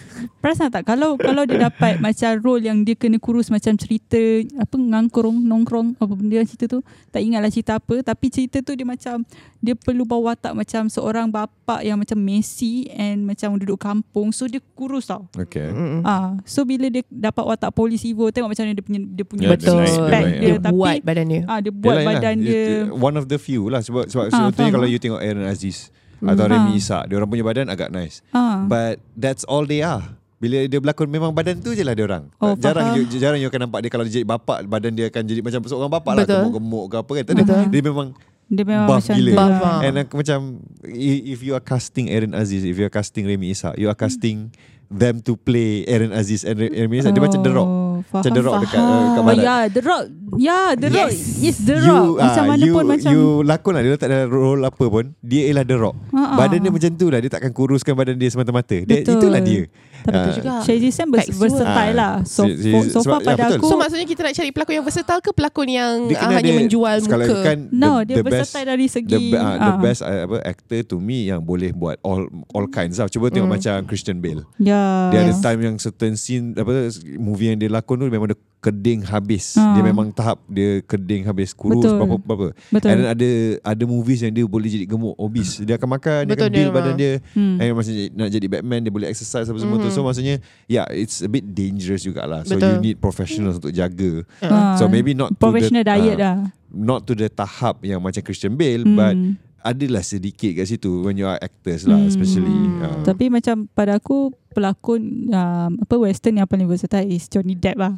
Speaker 1: Perasan tak kalau kalau dia dapat macam role yang dia kena kurus macam cerita apa ngangkrong nongkrong apa benda yang cerita tu. Tak ingatlah cerita apa tapi cerita tu dia macam dia perlu bawa watak macam seorang bapa yang macam Messi and macam duduk kampung so dia kurus tau.
Speaker 3: Okay.
Speaker 1: Mm. Ah so bila dia dapat watak polis Evo tengok macam mana dia punya dia punya
Speaker 3: Yeah, dia
Speaker 2: Betul.
Speaker 3: naik, dia
Speaker 1: six-pack
Speaker 3: naik,
Speaker 1: dia,
Speaker 2: Ya, Dia
Speaker 3: yeah.
Speaker 1: tapi
Speaker 2: buat badan dia.
Speaker 1: ah dia buat
Speaker 3: Yelah,
Speaker 1: badan
Speaker 3: yelah.
Speaker 1: dia
Speaker 3: You- lah. One of the few lah Sebab sebab
Speaker 1: Ah,
Speaker 3: sebetulnya
Speaker 1: faham. Hmm,
Speaker 3: Kalau you tengok Aaron Aziz Atau Remy Ishak Dia orang punya badan agak nice
Speaker 1: Ah.
Speaker 3: But That's all they are bila dia berlakon memang badan tu je lah dia orang.
Speaker 1: Oh,
Speaker 3: jarang
Speaker 1: faham.
Speaker 3: you, jarang you akan nampak dia kalau dia jadi bapak badan dia akan jadi macam seorang bapak
Speaker 2: Betul.
Speaker 3: lah gemuk-gemuk ke apa kan. Tak ada. Dia memang
Speaker 1: dia memang
Speaker 3: buff
Speaker 1: macam
Speaker 3: gila.
Speaker 1: tu lah.
Speaker 2: Buff ah.
Speaker 3: And aku macam i- if you are casting Aaron Aziz, if you are casting Remy Ishak, you are casting them to play Aaron Aziz and Re- Remy Ishak. Dia macam The Rock.
Speaker 1: Faham,
Speaker 3: Macam The Rock dekat,
Speaker 1: Oh, faham.
Speaker 3: uh, dekat barat.
Speaker 1: Oh, ya, The Rock. Ya, The Rock.
Speaker 2: Yes.
Speaker 1: Yes, The Rock. macam
Speaker 3: ah,
Speaker 1: mana
Speaker 3: you,
Speaker 1: pun macam
Speaker 3: You lakon lah Dia tak ada role apa pun Dia ialah The Rock
Speaker 1: Ha-ha.
Speaker 3: Badan dia macam tu lah Dia takkan kuruskan badan dia semata-mata dia,
Speaker 1: Betul.
Speaker 3: Itulah dia
Speaker 1: Tapi tu
Speaker 3: Ah,
Speaker 1: juga
Speaker 2: juga.
Speaker 1: Shazzy Sam vers-
Speaker 2: Textual.
Speaker 1: versatile
Speaker 3: Ah,
Speaker 1: lah So,
Speaker 3: si- si-
Speaker 1: so far
Speaker 3: sebab- ya,
Speaker 1: pada
Speaker 3: betul.
Speaker 1: aku
Speaker 2: So maksudnya kita nak cari pelakon yang versatile ke pelakon yang
Speaker 1: Hmm,
Speaker 3: kena
Speaker 2: ah, hanya
Speaker 3: ada-
Speaker 2: menjual
Speaker 3: kalau
Speaker 2: muka?
Speaker 3: Kan,
Speaker 1: No, dia
Speaker 3: best-
Speaker 1: versatile dari segi-
Speaker 3: the, be- ah, the
Speaker 1: ah.
Speaker 3: best ah, apa actor to me yang boleh buat all all kinds lah. Cuba
Speaker 1: Hmm.
Speaker 3: tengok macam Christian Bale.
Speaker 1: Ya
Speaker 3: Dia ada time yang certain scene apa movie yang dia lakon tu memang dia keding habis.
Speaker 1: Ah.
Speaker 3: Dia memang tahap dia keding habis kurus
Speaker 1: Betul.
Speaker 3: berapa berapa.
Speaker 1: Betul.
Speaker 3: And then ada ada movies yang dia boleh jadi gemuk obese. Dia akan makan, dia
Speaker 2: Betul,
Speaker 3: akan
Speaker 2: dia
Speaker 3: build badan
Speaker 2: memang.
Speaker 3: dia.
Speaker 1: Hmm.
Speaker 3: And masa jadi- nak jadi Batman dia boleh exercise apa semua tu. So maksudnya yeah, it's a bit dangerous jugalah. So
Speaker 2: Betul.
Speaker 3: you need professionals untuk jaga.
Speaker 1: Ah,
Speaker 3: So maybe not to
Speaker 1: Professional
Speaker 3: the,
Speaker 1: diet
Speaker 3: ah,
Speaker 1: lah Hmm.
Speaker 3: not to the tahap yang macam Christian Bale but adalah sedikit kat situ when you are actors lah especially. Ah.
Speaker 1: Tapi macam pada aku Pelakon um, Apa western yang paling versatile Is Johnny Depp lah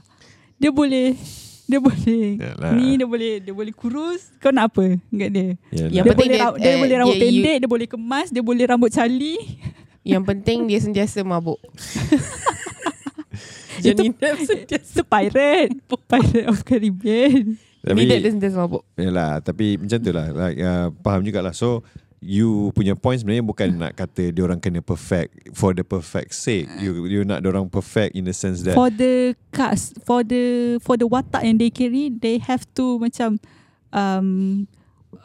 Speaker 1: Dia boleh dia boleh
Speaker 3: Yalah.
Speaker 1: ni dia boleh dia boleh kurus kau nak apa dekat dia
Speaker 3: Yalah.
Speaker 1: dia
Speaker 2: Yang penting
Speaker 1: boleh
Speaker 2: dia-
Speaker 1: ra- dia,
Speaker 2: eh,
Speaker 1: boleh rambut
Speaker 2: dia- you-
Speaker 1: pendek dia [LAUGHS] boleh kemas dia boleh rambut cali
Speaker 3: [LAUGHS]
Speaker 2: Yang penting dia sentiasa mabuk. Johnny
Speaker 1: [LAUGHS]
Speaker 2: Depp sentiasa
Speaker 1: It's a pirate. [LAUGHS] pirate of Caribbean.
Speaker 2: Johnny Depp dia
Speaker 3: Tapi
Speaker 2: sentiasa mabuk
Speaker 3: Yalah Tapi macam tu lah like, uh, Faham jugalah So You punya point sebenarnya bukan
Speaker 1: Hmm.
Speaker 3: nak kata diorang kena perfect for the perfect sake. You you nak diorang perfect in the sense that
Speaker 1: For the cast, for the for the watak yang they carry, they have to macam um,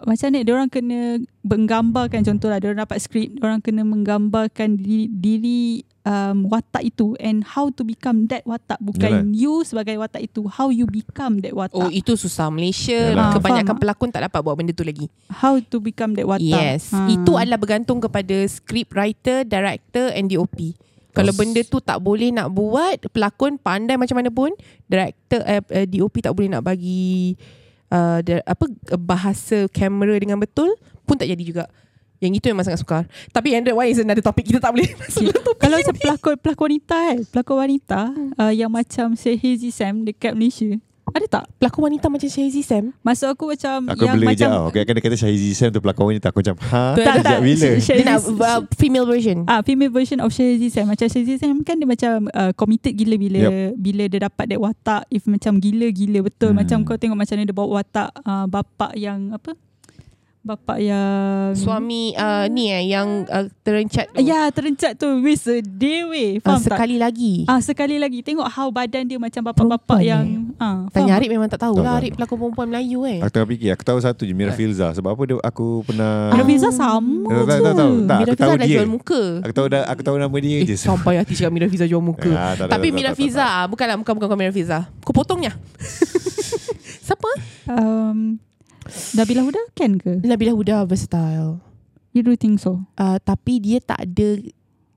Speaker 1: macam ni, orang kena menggambarkan contoh lah, orang dapat skrip, orang kena menggambarkan diri, diri um, watak itu and how to become that watak. Bukan Yalah. you sebagai watak itu, how you become that watak.
Speaker 2: Oh itu susah Malaysia
Speaker 3: Ah. Yalah.
Speaker 2: Yalah. Kebanyakan
Speaker 1: Faham.
Speaker 2: pelakon tak dapat buat benda tu lagi
Speaker 1: how to become that watak.
Speaker 2: Yes
Speaker 1: Ha.
Speaker 2: Itu adalah bergantung kepada Script writer, director and DOP Kalau
Speaker 3: Yes.
Speaker 2: benda tu tak boleh nak buat Pelakon pandai macam mana pun Director, eh, eh, DOP tak boleh nak bagi uh, da, apa Bahasa kamera dengan betul Pun tak jadi juga yang itu memang sangat sukar Tapi and that one is another topic Kita tak boleh [LAUGHS] masuk dalam topik
Speaker 1: Kalau macam pelakon pelakon wanita kan, pelakon wanita
Speaker 2: Hmm.
Speaker 1: uh, yang macam say Hazy Sam dekat Malaysia. Ada tak?
Speaker 2: Pelakon wanita macam Shazy Sam
Speaker 1: Maksud aku macam
Speaker 3: Aku
Speaker 1: yang
Speaker 3: blur
Speaker 1: macam
Speaker 3: kejap tau Kadang-kadang dia kata Syahizi Sam tu pelakon wanita Aku macam Ha?
Speaker 2: Tak,
Speaker 3: Sejak
Speaker 1: tak.
Speaker 3: bila?
Speaker 1: Syah-
Speaker 2: Dia nak uh, female version
Speaker 1: Ah, female version of Shazzy Sam. Macam Shazzy Sam kan dia macam uh, committed gila bila
Speaker 3: Yup.
Speaker 1: yep. bila dia dapat that watak if macam gila-gila betul.
Speaker 3: Hmm.
Speaker 1: Hmm. Macam kau tengok macam mana dia bawa watak uh, bapak yang apa? Bapak yang
Speaker 2: Suami uh, ni eh Yang uh, terencat tu.
Speaker 1: Ya, terencat tu weh sedih weh.
Speaker 2: uh,
Speaker 1: Faham tak?
Speaker 2: Sekali lagi
Speaker 1: Ah sekali lagi tengok how badan dia macam bapak-bapak
Speaker 2: Perempuan
Speaker 1: yang ah faham
Speaker 2: Tanya Arif memang tak tahu
Speaker 3: Tak, tak,
Speaker 2: lah
Speaker 3: tak.
Speaker 2: Arif pelakon perempuan Melayu eh
Speaker 3: Aku tengah fikir Aku tahu satu je Mira Filza Sebab apa dia, aku pernah
Speaker 1: Ada Fiza sama
Speaker 3: Tak, tak,
Speaker 1: je.
Speaker 3: tak, tak, tak.
Speaker 2: Mira
Speaker 3: Ah, Aku
Speaker 2: Fiza
Speaker 3: tahu
Speaker 2: dah
Speaker 3: dia
Speaker 2: jual muka
Speaker 3: Aku tahu dah, aku tahu nama dia
Speaker 2: Eh
Speaker 3: je
Speaker 2: sampai hati cakap Mira Fiza jual muka
Speaker 3: Ah, tak, tak,
Speaker 2: Tapi
Speaker 3: tak, tak,
Speaker 2: Mira
Speaker 3: tak, tak,
Speaker 2: Fiza ah, Bukanlah bukan, bukan, bukan Mira Fiza Kau potongnya [LAUGHS] Siapa?
Speaker 1: Um, Nabila Huda can ke?
Speaker 2: Nabila Huda versatile
Speaker 1: You do think so?
Speaker 2: uh, Tapi dia tak ada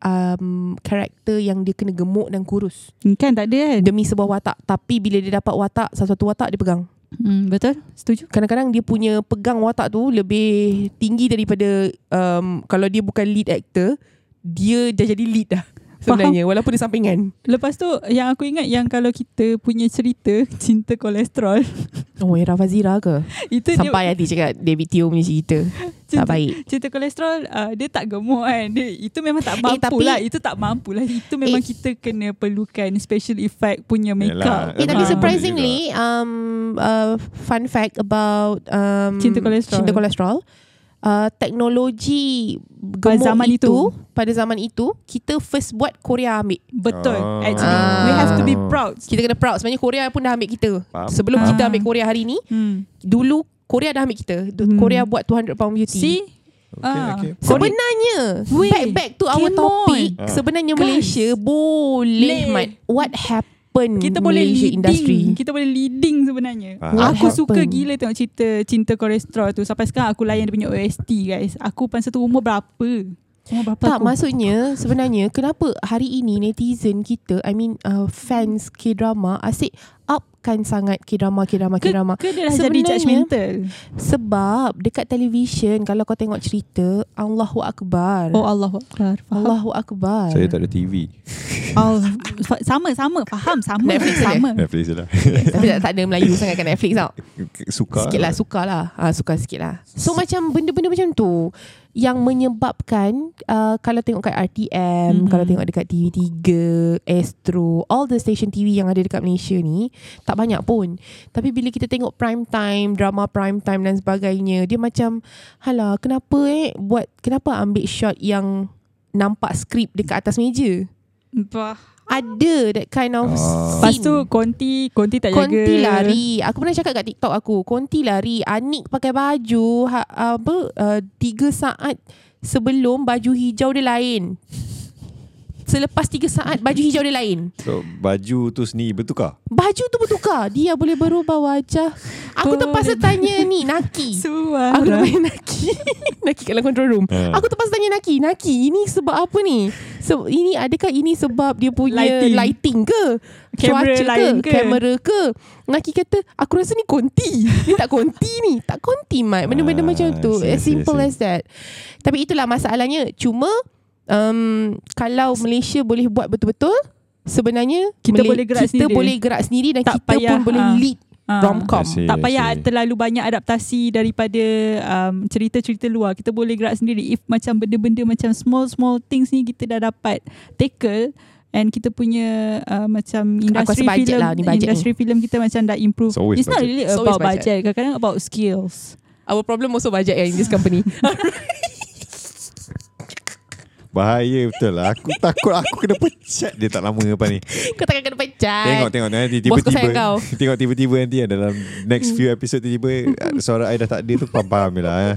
Speaker 2: um, Karakter yang dia kena gemuk dan kurus
Speaker 1: Kan tak ada kan?
Speaker 2: Demi sebuah watak Tapi bila dia dapat watak Satu-satu watak dia pegang
Speaker 1: Hmm, betul? Setuju?
Speaker 2: kadang-kadang dia punya pegang watak tu lebih tinggi daripada um, kalau dia bukan lead actor dia dah jadi lead dah sebenarnya Faham. walaupun dia sampingan
Speaker 1: Lepas tu yang aku ingat yang kalau kita punya cerita [LAUGHS] cinta kolesterol [LAUGHS]
Speaker 2: oh Era Fazira ke
Speaker 1: itu
Speaker 2: sampai hati cakap David Teo punya [LAUGHS] cerita
Speaker 1: dia
Speaker 2: tak baik
Speaker 1: Cerita kolesterol uh, dia tak gemuk kan. Dia, itu memang tak
Speaker 2: Eh,
Speaker 1: mampu eh, tapi,
Speaker 2: tapi-
Speaker 1: lah. Itu tak mampu lah. Itu memang
Speaker 2: Eh.
Speaker 1: eh, kita kena perlukan special effect punya
Speaker 3: Yalah.
Speaker 1: makeup.
Speaker 2: Eh, tapi
Speaker 3: Ah.
Speaker 2: surprisingly um, uh, fun fact about um,
Speaker 1: Cinta kolesterol.
Speaker 2: cinta kolesterol uh, teknologi gemuk
Speaker 1: zaman
Speaker 2: itu,
Speaker 1: itu.
Speaker 2: pada zaman itu kita first buat Korea ambil
Speaker 1: Betul.
Speaker 3: Ah.
Speaker 1: Actually we have to be
Speaker 2: Ah.
Speaker 1: proud.
Speaker 2: kita kena proud sebenarnya Korea pun dah ambil kita
Speaker 3: Faham.
Speaker 2: sebelum
Speaker 1: Faham.
Speaker 2: kita ambil Korea hari ni
Speaker 1: Hmm.
Speaker 2: dulu Korea dah ambil kita. Du-
Speaker 1: Hmm.
Speaker 2: Korea buat 200 pound beauty.
Speaker 1: See?
Speaker 3: Okay,
Speaker 1: Ah.
Speaker 3: okay.
Speaker 2: Sebenarnya
Speaker 1: Weh,
Speaker 2: back back to our
Speaker 1: come
Speaker 2: topic.
Speaker 3: on.
Speaker 2: Sebenarnya
Speaker 1: Guys.
Speaker 2: Malaysia boleh
Speaker 1: Leh.
Speaker 2: Mat. What happened
Speaker 1: Kita boleh
Speaker 2: Malaysia
Speaker 1: leading
Speaker 2: Mm-hmm. industry?
Speaker 1: Kita boleh leading sebenarnya
Speaker 3: Faham.
Speaker 1: Aku
Speaker 2: What
Speaker 1: suka
Speaker 2: happened?
Speaker 1: gila tengok cerita Cinta kolesterol tu Sampai sekarang aku layan dia punya OST guys Aku masa tu umur berapa Umur berapa aku
Speaker 2: Tak maksudnya sebenarnya kenapa hari ini netizen kita I mean uh, fans K-drama asyik upkan sangat K-drama K-drama
Speaker 1: ke,
Speaker 2: K-drama
Speaker 1: ke dia dah jadi
Speaker 2: Sebenarnya-
Speaker 1: judgemental
Speaker 2: sebab dekat televisyen kalau kau tengok cerita Allahu akbar.
Speaker 1: Oh Allah Akbar Faham
Speaker 2: Allahu akbar.
Speaker 3: Saya tak ada TV
Speaker 2: Ah.
Speaker 1: Allah. Fa- Sama sama Faham sama
Speaker 2: Netflix
Speaker 1: Sama
Speaker 3: Netflix je
Speaker 2: [LAUGHS]
Speaker 3: lah
Speaker 2: Tapi tak, tak ada Melayu sangat kat Netflix tau.
Speaker 3: Suka
Speaker 2: Sikit lah, suka lah. Ha, suka sikit lah. So macam benda-benda macam tu yang menyebabkan uh, kalau tengok kat RTM,
Speaker 3: Mhm.
Speaker 1: Mm-mm.
Speaker 2: kalau tengok dekat TV3, Astro, all the station TV yang ada dekat Malaysia ni, tak banyak pun. Tapi bila kita tengok prime time, drama prime time dan sebagainya, dia macam, halah kenapa eh buat, kenapa ambil shot yang nampak skrip dekat atas meja?
Speaker 1: Bah.
Speaker 2: Ada that kind of
Speaker 3: Ah.
Speaker 2: scene.
Speaker 1: Lepas tu Konti Konti tak jaga
Speaker 2: Konti lari Aku pernah cakap kat TikTok aku Konti lari Anik pakai baju ha, Apa uh, Tiga saat Sebelum baju hijau dia lain Selepas tiga saat Baju hijau dia lain
Speaker 3: So baju tu sendiri bertukar
Speaker 2: Baju tu bertukar Dia boleh berubah wajah Aku
Speaker 1: Boleh.
Speaker 2: terpaksa tanya ni Naki
Speaker 1: Suara
Speaker 2: Aku nak panggil [LAUGHS] Naki Naki kat dalam control room
Speaker 3: Ha.
Speaker 2: Ah. Aku terpaksa tanya Naki Naki ini sebab apa ni so, Ini adakah ini sebab Dia punya lighting,
Speaker 1: Lighting.
Speaker 2: lighting ke
Speaker 1: Kamera
Speaker 2: Cuaca
Speaker 1: lain ke?
Speaker 2: ke Kamera ke Naki kata Aku rasa
Speaker 1: [LAUGHS]
Speaker 2: ni konti Ni tak konti ni Tak konti Mat Benda-benda
Speaker 3: Ah,
Speaker 2: macam tu
Speaker 3: I see, I
Speaker 2: As
Speaker 3: see,
Speaker 2: simple
Speaker 3: I
Speaker 2: as that Tapi itulah masalahnya Cuma um, Kalau Malaysia boleh buat betul-betul Sebenarnya
Speaker 1: Kita boleh gerak
Speaker 2: kita
Speaker 1: sendiri.
Speaker 2: boleh gerak sendiri dan
Speaker 1: Tak
Speaker 2: kita pun
Speaker 1: payah,
Speaker 2: boleh
Speaker 1: ah.
Speaker 2: lead
Speaker 1: Ah.
Speaker 2: romcom.
Speaker 3: I see,
Speaker 1: tak
Speaker 3: I
Speaker 1: payah
Speaker 3: see.
Speaker 1: terlalu banyak adaptasi daripada um, cerita-cerita luar. Kita boleh gerak sendiri. If macam benda-benda macam small-small things ni kita dah dapat tackle, And kita punya uh, macam industri
Speaker 2: rasa budget
Speaker 1: film,
Speaker 2: lah, ni budget
Speaker 1: industri film kita macam dah improve.
Speaker 3: It's always
Speaker 1: It's not
Speaker 3: budget.
Speaker 1: really
Speaker 2: It's always
Speaker 1: about
Speaker 2: budget.
Speaker 1: budget. Kadang-kadang about skills.
Speaker 2: Our problem also budget yeah, in this
Speaker 1: [LAUGHS]
Speaker 2: company.
Speaker 3: Bahaya betul lah. Aku takut aku kena pecat dia tak lama apa ni.
Speaker 2: kau takkan kena pecat.
Speaker 3: Tengok tengok nanti
Speaker 2: Ah. Bos kau sayang
Speaker 3: tiba-tiba.
Speaker 2: kau.
Speaker 3: [LAUGHS] Tengok tiba-tiba nanti ah, dalam next few episode tiba-tiba ah, suara I dah tak ada tu faham je lah. eh.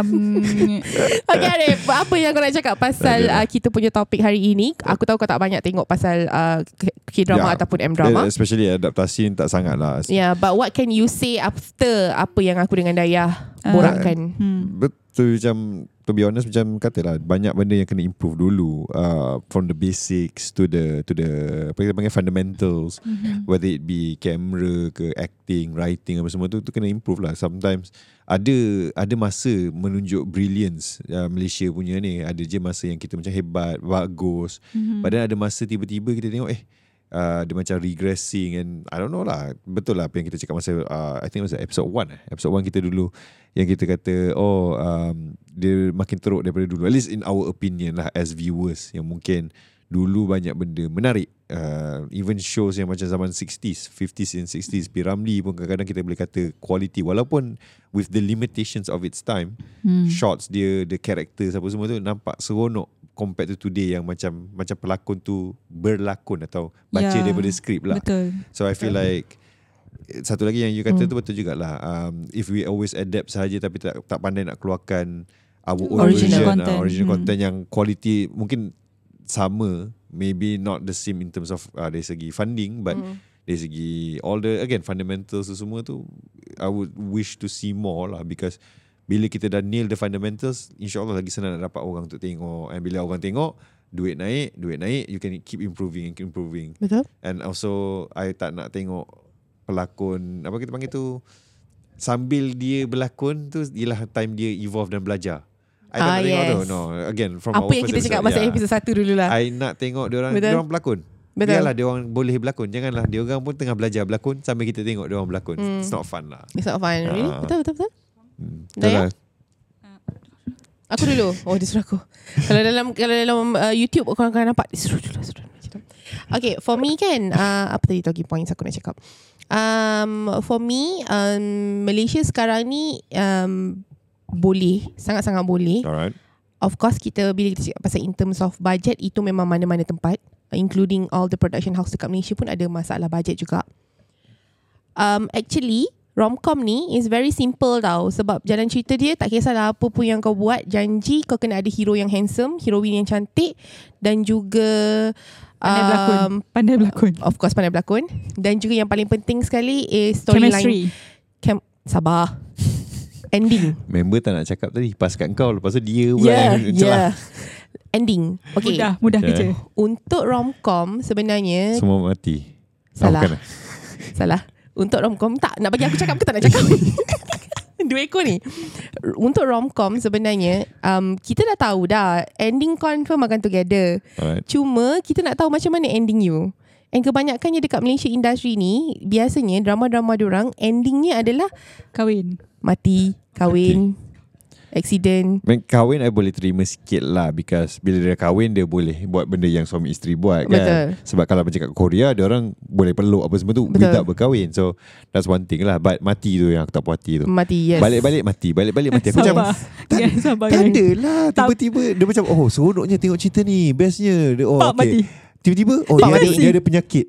Speaker 1: Um,
Speaker 2: Okay Arif Apa yang kau nak cakap Pasal
Speaker 3: Okay.
Speaker 2: uh, kita punya topik hari ini Aku tahu kau tak banyak tengok Pasal uh, K- K-drama
Speaker 3: Ya.
Speaker 2: ataupun M-drama
Speaker 3: Especially adaptasi ni tak sangat lah.
Speaker 2: Yeah Ya, but what can you say After apa yang aku dengan Dayah
Speaker 1: Ah.
Speaker 2: Borakkan
Speaker 1: hmm.
Speaker 3: Betul macam To be honest macam katalah Banyak benda yang kena improve dulu uh, From the basics To the to the Apa kita panggil fundamentals mm-hmm. Whether it be camera ke Acting, writing apa semua tu tu kena improve lah Sometimes Ada ada masa menunjuk brilliance uh, Malaysia punya ni Ada je masa yang kita macam hebat Bagus mm-hmm. Padahal ada masa tiba-tiba kita tengok eh Uh, dia macam regressing and I don't know lah betul lah apa yang kita cakap masa uh, I think masa episode 1 eh. episode 1 kita dulu yang kita kata oh um, dia makin teruk daripada dulu at least in our opinion lah as viewers yang mungkin dulu banyak benda menarik uh, even shows yang macam zaman 60s 50s and 60s P. Ramlee pun kadang-kadang kita boleh kata quality walaupun with the limitations of its time hmm. shots dia the characters apa semua tu nampak seronok compared to today yang macam macam pelakon tu berlakon atau baca
Speaker 1: Ya,
Speaker 3: yeah. daripada skrip lah
Speaker 1: Betul. Hmm.
Speaker 3: So I feel like eh, satu lagi yang you kata tu betul jugalah. Um, if we always adapt saja tapi tak tak pandai nak keluarkan our own
Speaker 1: Original
Speaker 3: version,
Speaker 1: content.
Speaker 3: Uh, original
Speaker 1: Hmm.
Speaker 3: content yang quality mungkin sama, maybe not the same in terms of uh, dari segi funding but
Speaker 1: Hmm.
Speaker 3: dari segi all the again fundamentals tu semua tu I would wish to see more lah because bila kita dah nail the fundamentals insyaallah lagi senang nak dapat orang untuk tengok and bila orang tengok duit naik duit naik you can keep improving and keep improving
Speaker 2: Betul
Speaker 3: And also I tak nak tengok pelakon apa kita panggil tu sambil dia berlakon tu ialah time dia evolve dan belajar. I tak
Speaker 2: Ah,
Speaker 3: nak tengok
Speaker 2: yes.
Speaker 3: tu. No, again from
Speaker 2: Apa
Speaker 3: our
Speaker 2: yang
Speaker 3: first
Speaker 2: kita cakap Masa
Speaker 3: yeah.
Speaker 2: episode 1 dulu lah
Speaker 3: I nak tengok dia orang
Speaker 2: Betul.
Speaker 3: dia orang berlakon.
Speaker 2: Betul.
Speaker 3: Biarlah dia orang boleh berlakon. Janganlah dia orang pun tengah belajar berlakon sambil kita tengok dia orang berlakon.
Speaker 2: Hmm.
Speaker 3: It's not fun lah.
Speaker 2: It's not fun really?
Speaker 3: Ah.
Speaker 2: Betul betul betul
Speaker 3: Hmm.
Speaker 2: Dayah?
Speaker 3: Dayah?
Speaker 2: Aku
Speaker 3: [LAUGHS]
Speaker 2: dulu Oh dia suruh aku Kalau dalam Kalau dalam uh, YouTube Korang akan nampak Dia suruh dulu suruh dulu, macam tu. Okay for me kan uh, Apa tadi talking points Aku nak cakap um, For me um, Malaysia sekarang ni um, Boleh Sangat-sangat boleh
Speaker 3: Alright.
Speaker 2: Of course kita Bila kita cakap pasal In terms of budget Itu memang mana-mana tempat Including all the production house Dekat Malaysia pun Ada masalah budget juga um, Actually Romcom ni is very simple tau Sebab jalan cerita dia Tak kisahlah apa pun yang kau buat Janji kau kena ada hero yang handsome Heroine yang cantik Dan juga
Speaker 1: Pandai berlakon.
Speaker 2: um,
Speaker 1: Pandai berlakon.
Speaker 2: Of course pandai berlakon Dan juga yang paling penting sekali Is storyline
Speaker 1: Chemistry.
Speaker 2: Chem-
Speaker 1: [LAUGHS]
Speaker 2: Sabar Ending
Speaker 3: Member tak nak cakap tadi pas kat kau lepas tu dia pula
Speaker 2: Yeah,
Speaker 3: lah, yang celah.
Speaker 2: yeah. Ending. Okay.
Speaker 1: Mudah, mudah
Speaker 3: Okay.
Speaker 1: kerja.
Speaker 2: Untuk romcom sebenarnya
Speaker 3: Semua mati.
Speaker 2: Salah.
Speaker 3: bukan eh?
Speaker 2: salah. Untuk romcom tak nak bagi aku cakap ke tak
Speaker 3: [LAUGHS]
Speaker 2: nak cakap. Dua ekor ni. Untuk romcom sebenarnya um, kita dah tahu dah ending confirm akan together.
Speaker 3: Alright.
Speaker 2: Cuma kita nak tahu macam mana ending you. And kebanyakannya dekat Malaysia industri ni biasanya drama-drama orang endingnya adalah
Speaker 1: Kahwin.
Speaker 2: mati, kahwin, accident.
Speaker 3: Men, kahwin I boleh terima sikit lah Because bila dia kahwin Dia boleh buat benda yang suami isteri buat kan
Speaker 2: Betul.
Speaker 3: Sebab kalau macam kat Korea Dia orang boleh peluk apa semua tu
Speaker 2: Betul.
Speaker 3: Betul. Without berkahwin So that's one thing lah But mati tu yang aku tak puas hati tu
Speaker 2: Mati, yes.
Speaker 3: Balik-balik mati Balik-balik mati Aku macam
Speaker 1: Sabar.
Speaker 3: tak,
Speaker 1: Yes, [LAUGHS] sabar,
Speaker 3: tak
Speaker 1: guys.
Speaker 3: ada lah Tiba-tiba Dia macam oh seronoknya tengok cerita ni Bestnya dia, oh,
Speaker 1: Pak mati.
Speaker 3: okay. Tiba-tiba oh,
Speaker 2: Pak
Speaker 3: dia, ada,
Speaker 2: mati.
Speaker 3: dia ada penyakit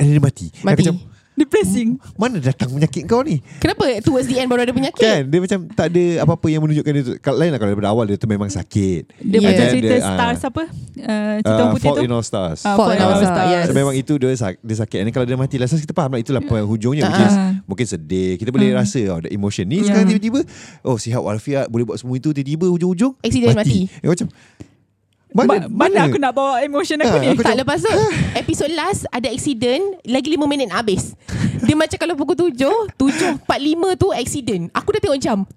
Speaker 3: And dia mati Aku
Speaker 2: Mati.
Speaker 3: macam,
Speaker 1: Depressing.
Speaker 3: Mana datang penyakit kau ni
Speaker 2: Kenapa towards the end baru ada penyakit?
Speaker 3: Kan dia macam tak ada apa-apa yang menunjukkan dia tu. Kalau lain lah kalau daripada awal dia tu memang sakit.
Speaker 1: Dia
Speaker 2: Yeah.
Speaker 1: macam
Speaker 3: Then
Speaker 1: cerita
Speaker 3: ah,
Speaker 1: stars apa? Uh, cerita
Speaker 3: ah,
Speaker 1: orang putih
Speaker 3: Fault
Speaker 1: tu.
Speaker 3: in All Stars.
Speaker 1: Ah,
Speaker 2: Fault in Our
Speaker 1: Our
Speaker 2: Stars, yes.
Speaker 3: So, memang itu dia, sak- dia sakit. And then kalau dia mati last kita faham lah itulah uh, hujungnya which
Speaker 1: Hmm. Ah.
Speaker 3: is
Speaker 1: Hmm. Ya.
Speaker 3: mungkin sedih. Kita boleh rasa oh, the emotion ni
Speaker 1: Yeah.
Speaker 3: sekarang tiba-tiba oh sihat walafiat boleh buat semua itu tiba-tiba hujung-hujung
Speaker 2: Accident
Speaker 3: Eh, macam mana,
Speaker 1: Ba- mana aku nak bawa emotion aku
Speaker 3: Ah,
Speaker 1: ni?
Speaker 3: aku
Speaker 2: Tak lepas
Speaker 1: [LAUGHS]
Speaker 2: tu Episod last Ada accident Lagi 5 minit habis Dia macam kalau pukul 7 7.45 tu accident Aku dah tengok jam 7.45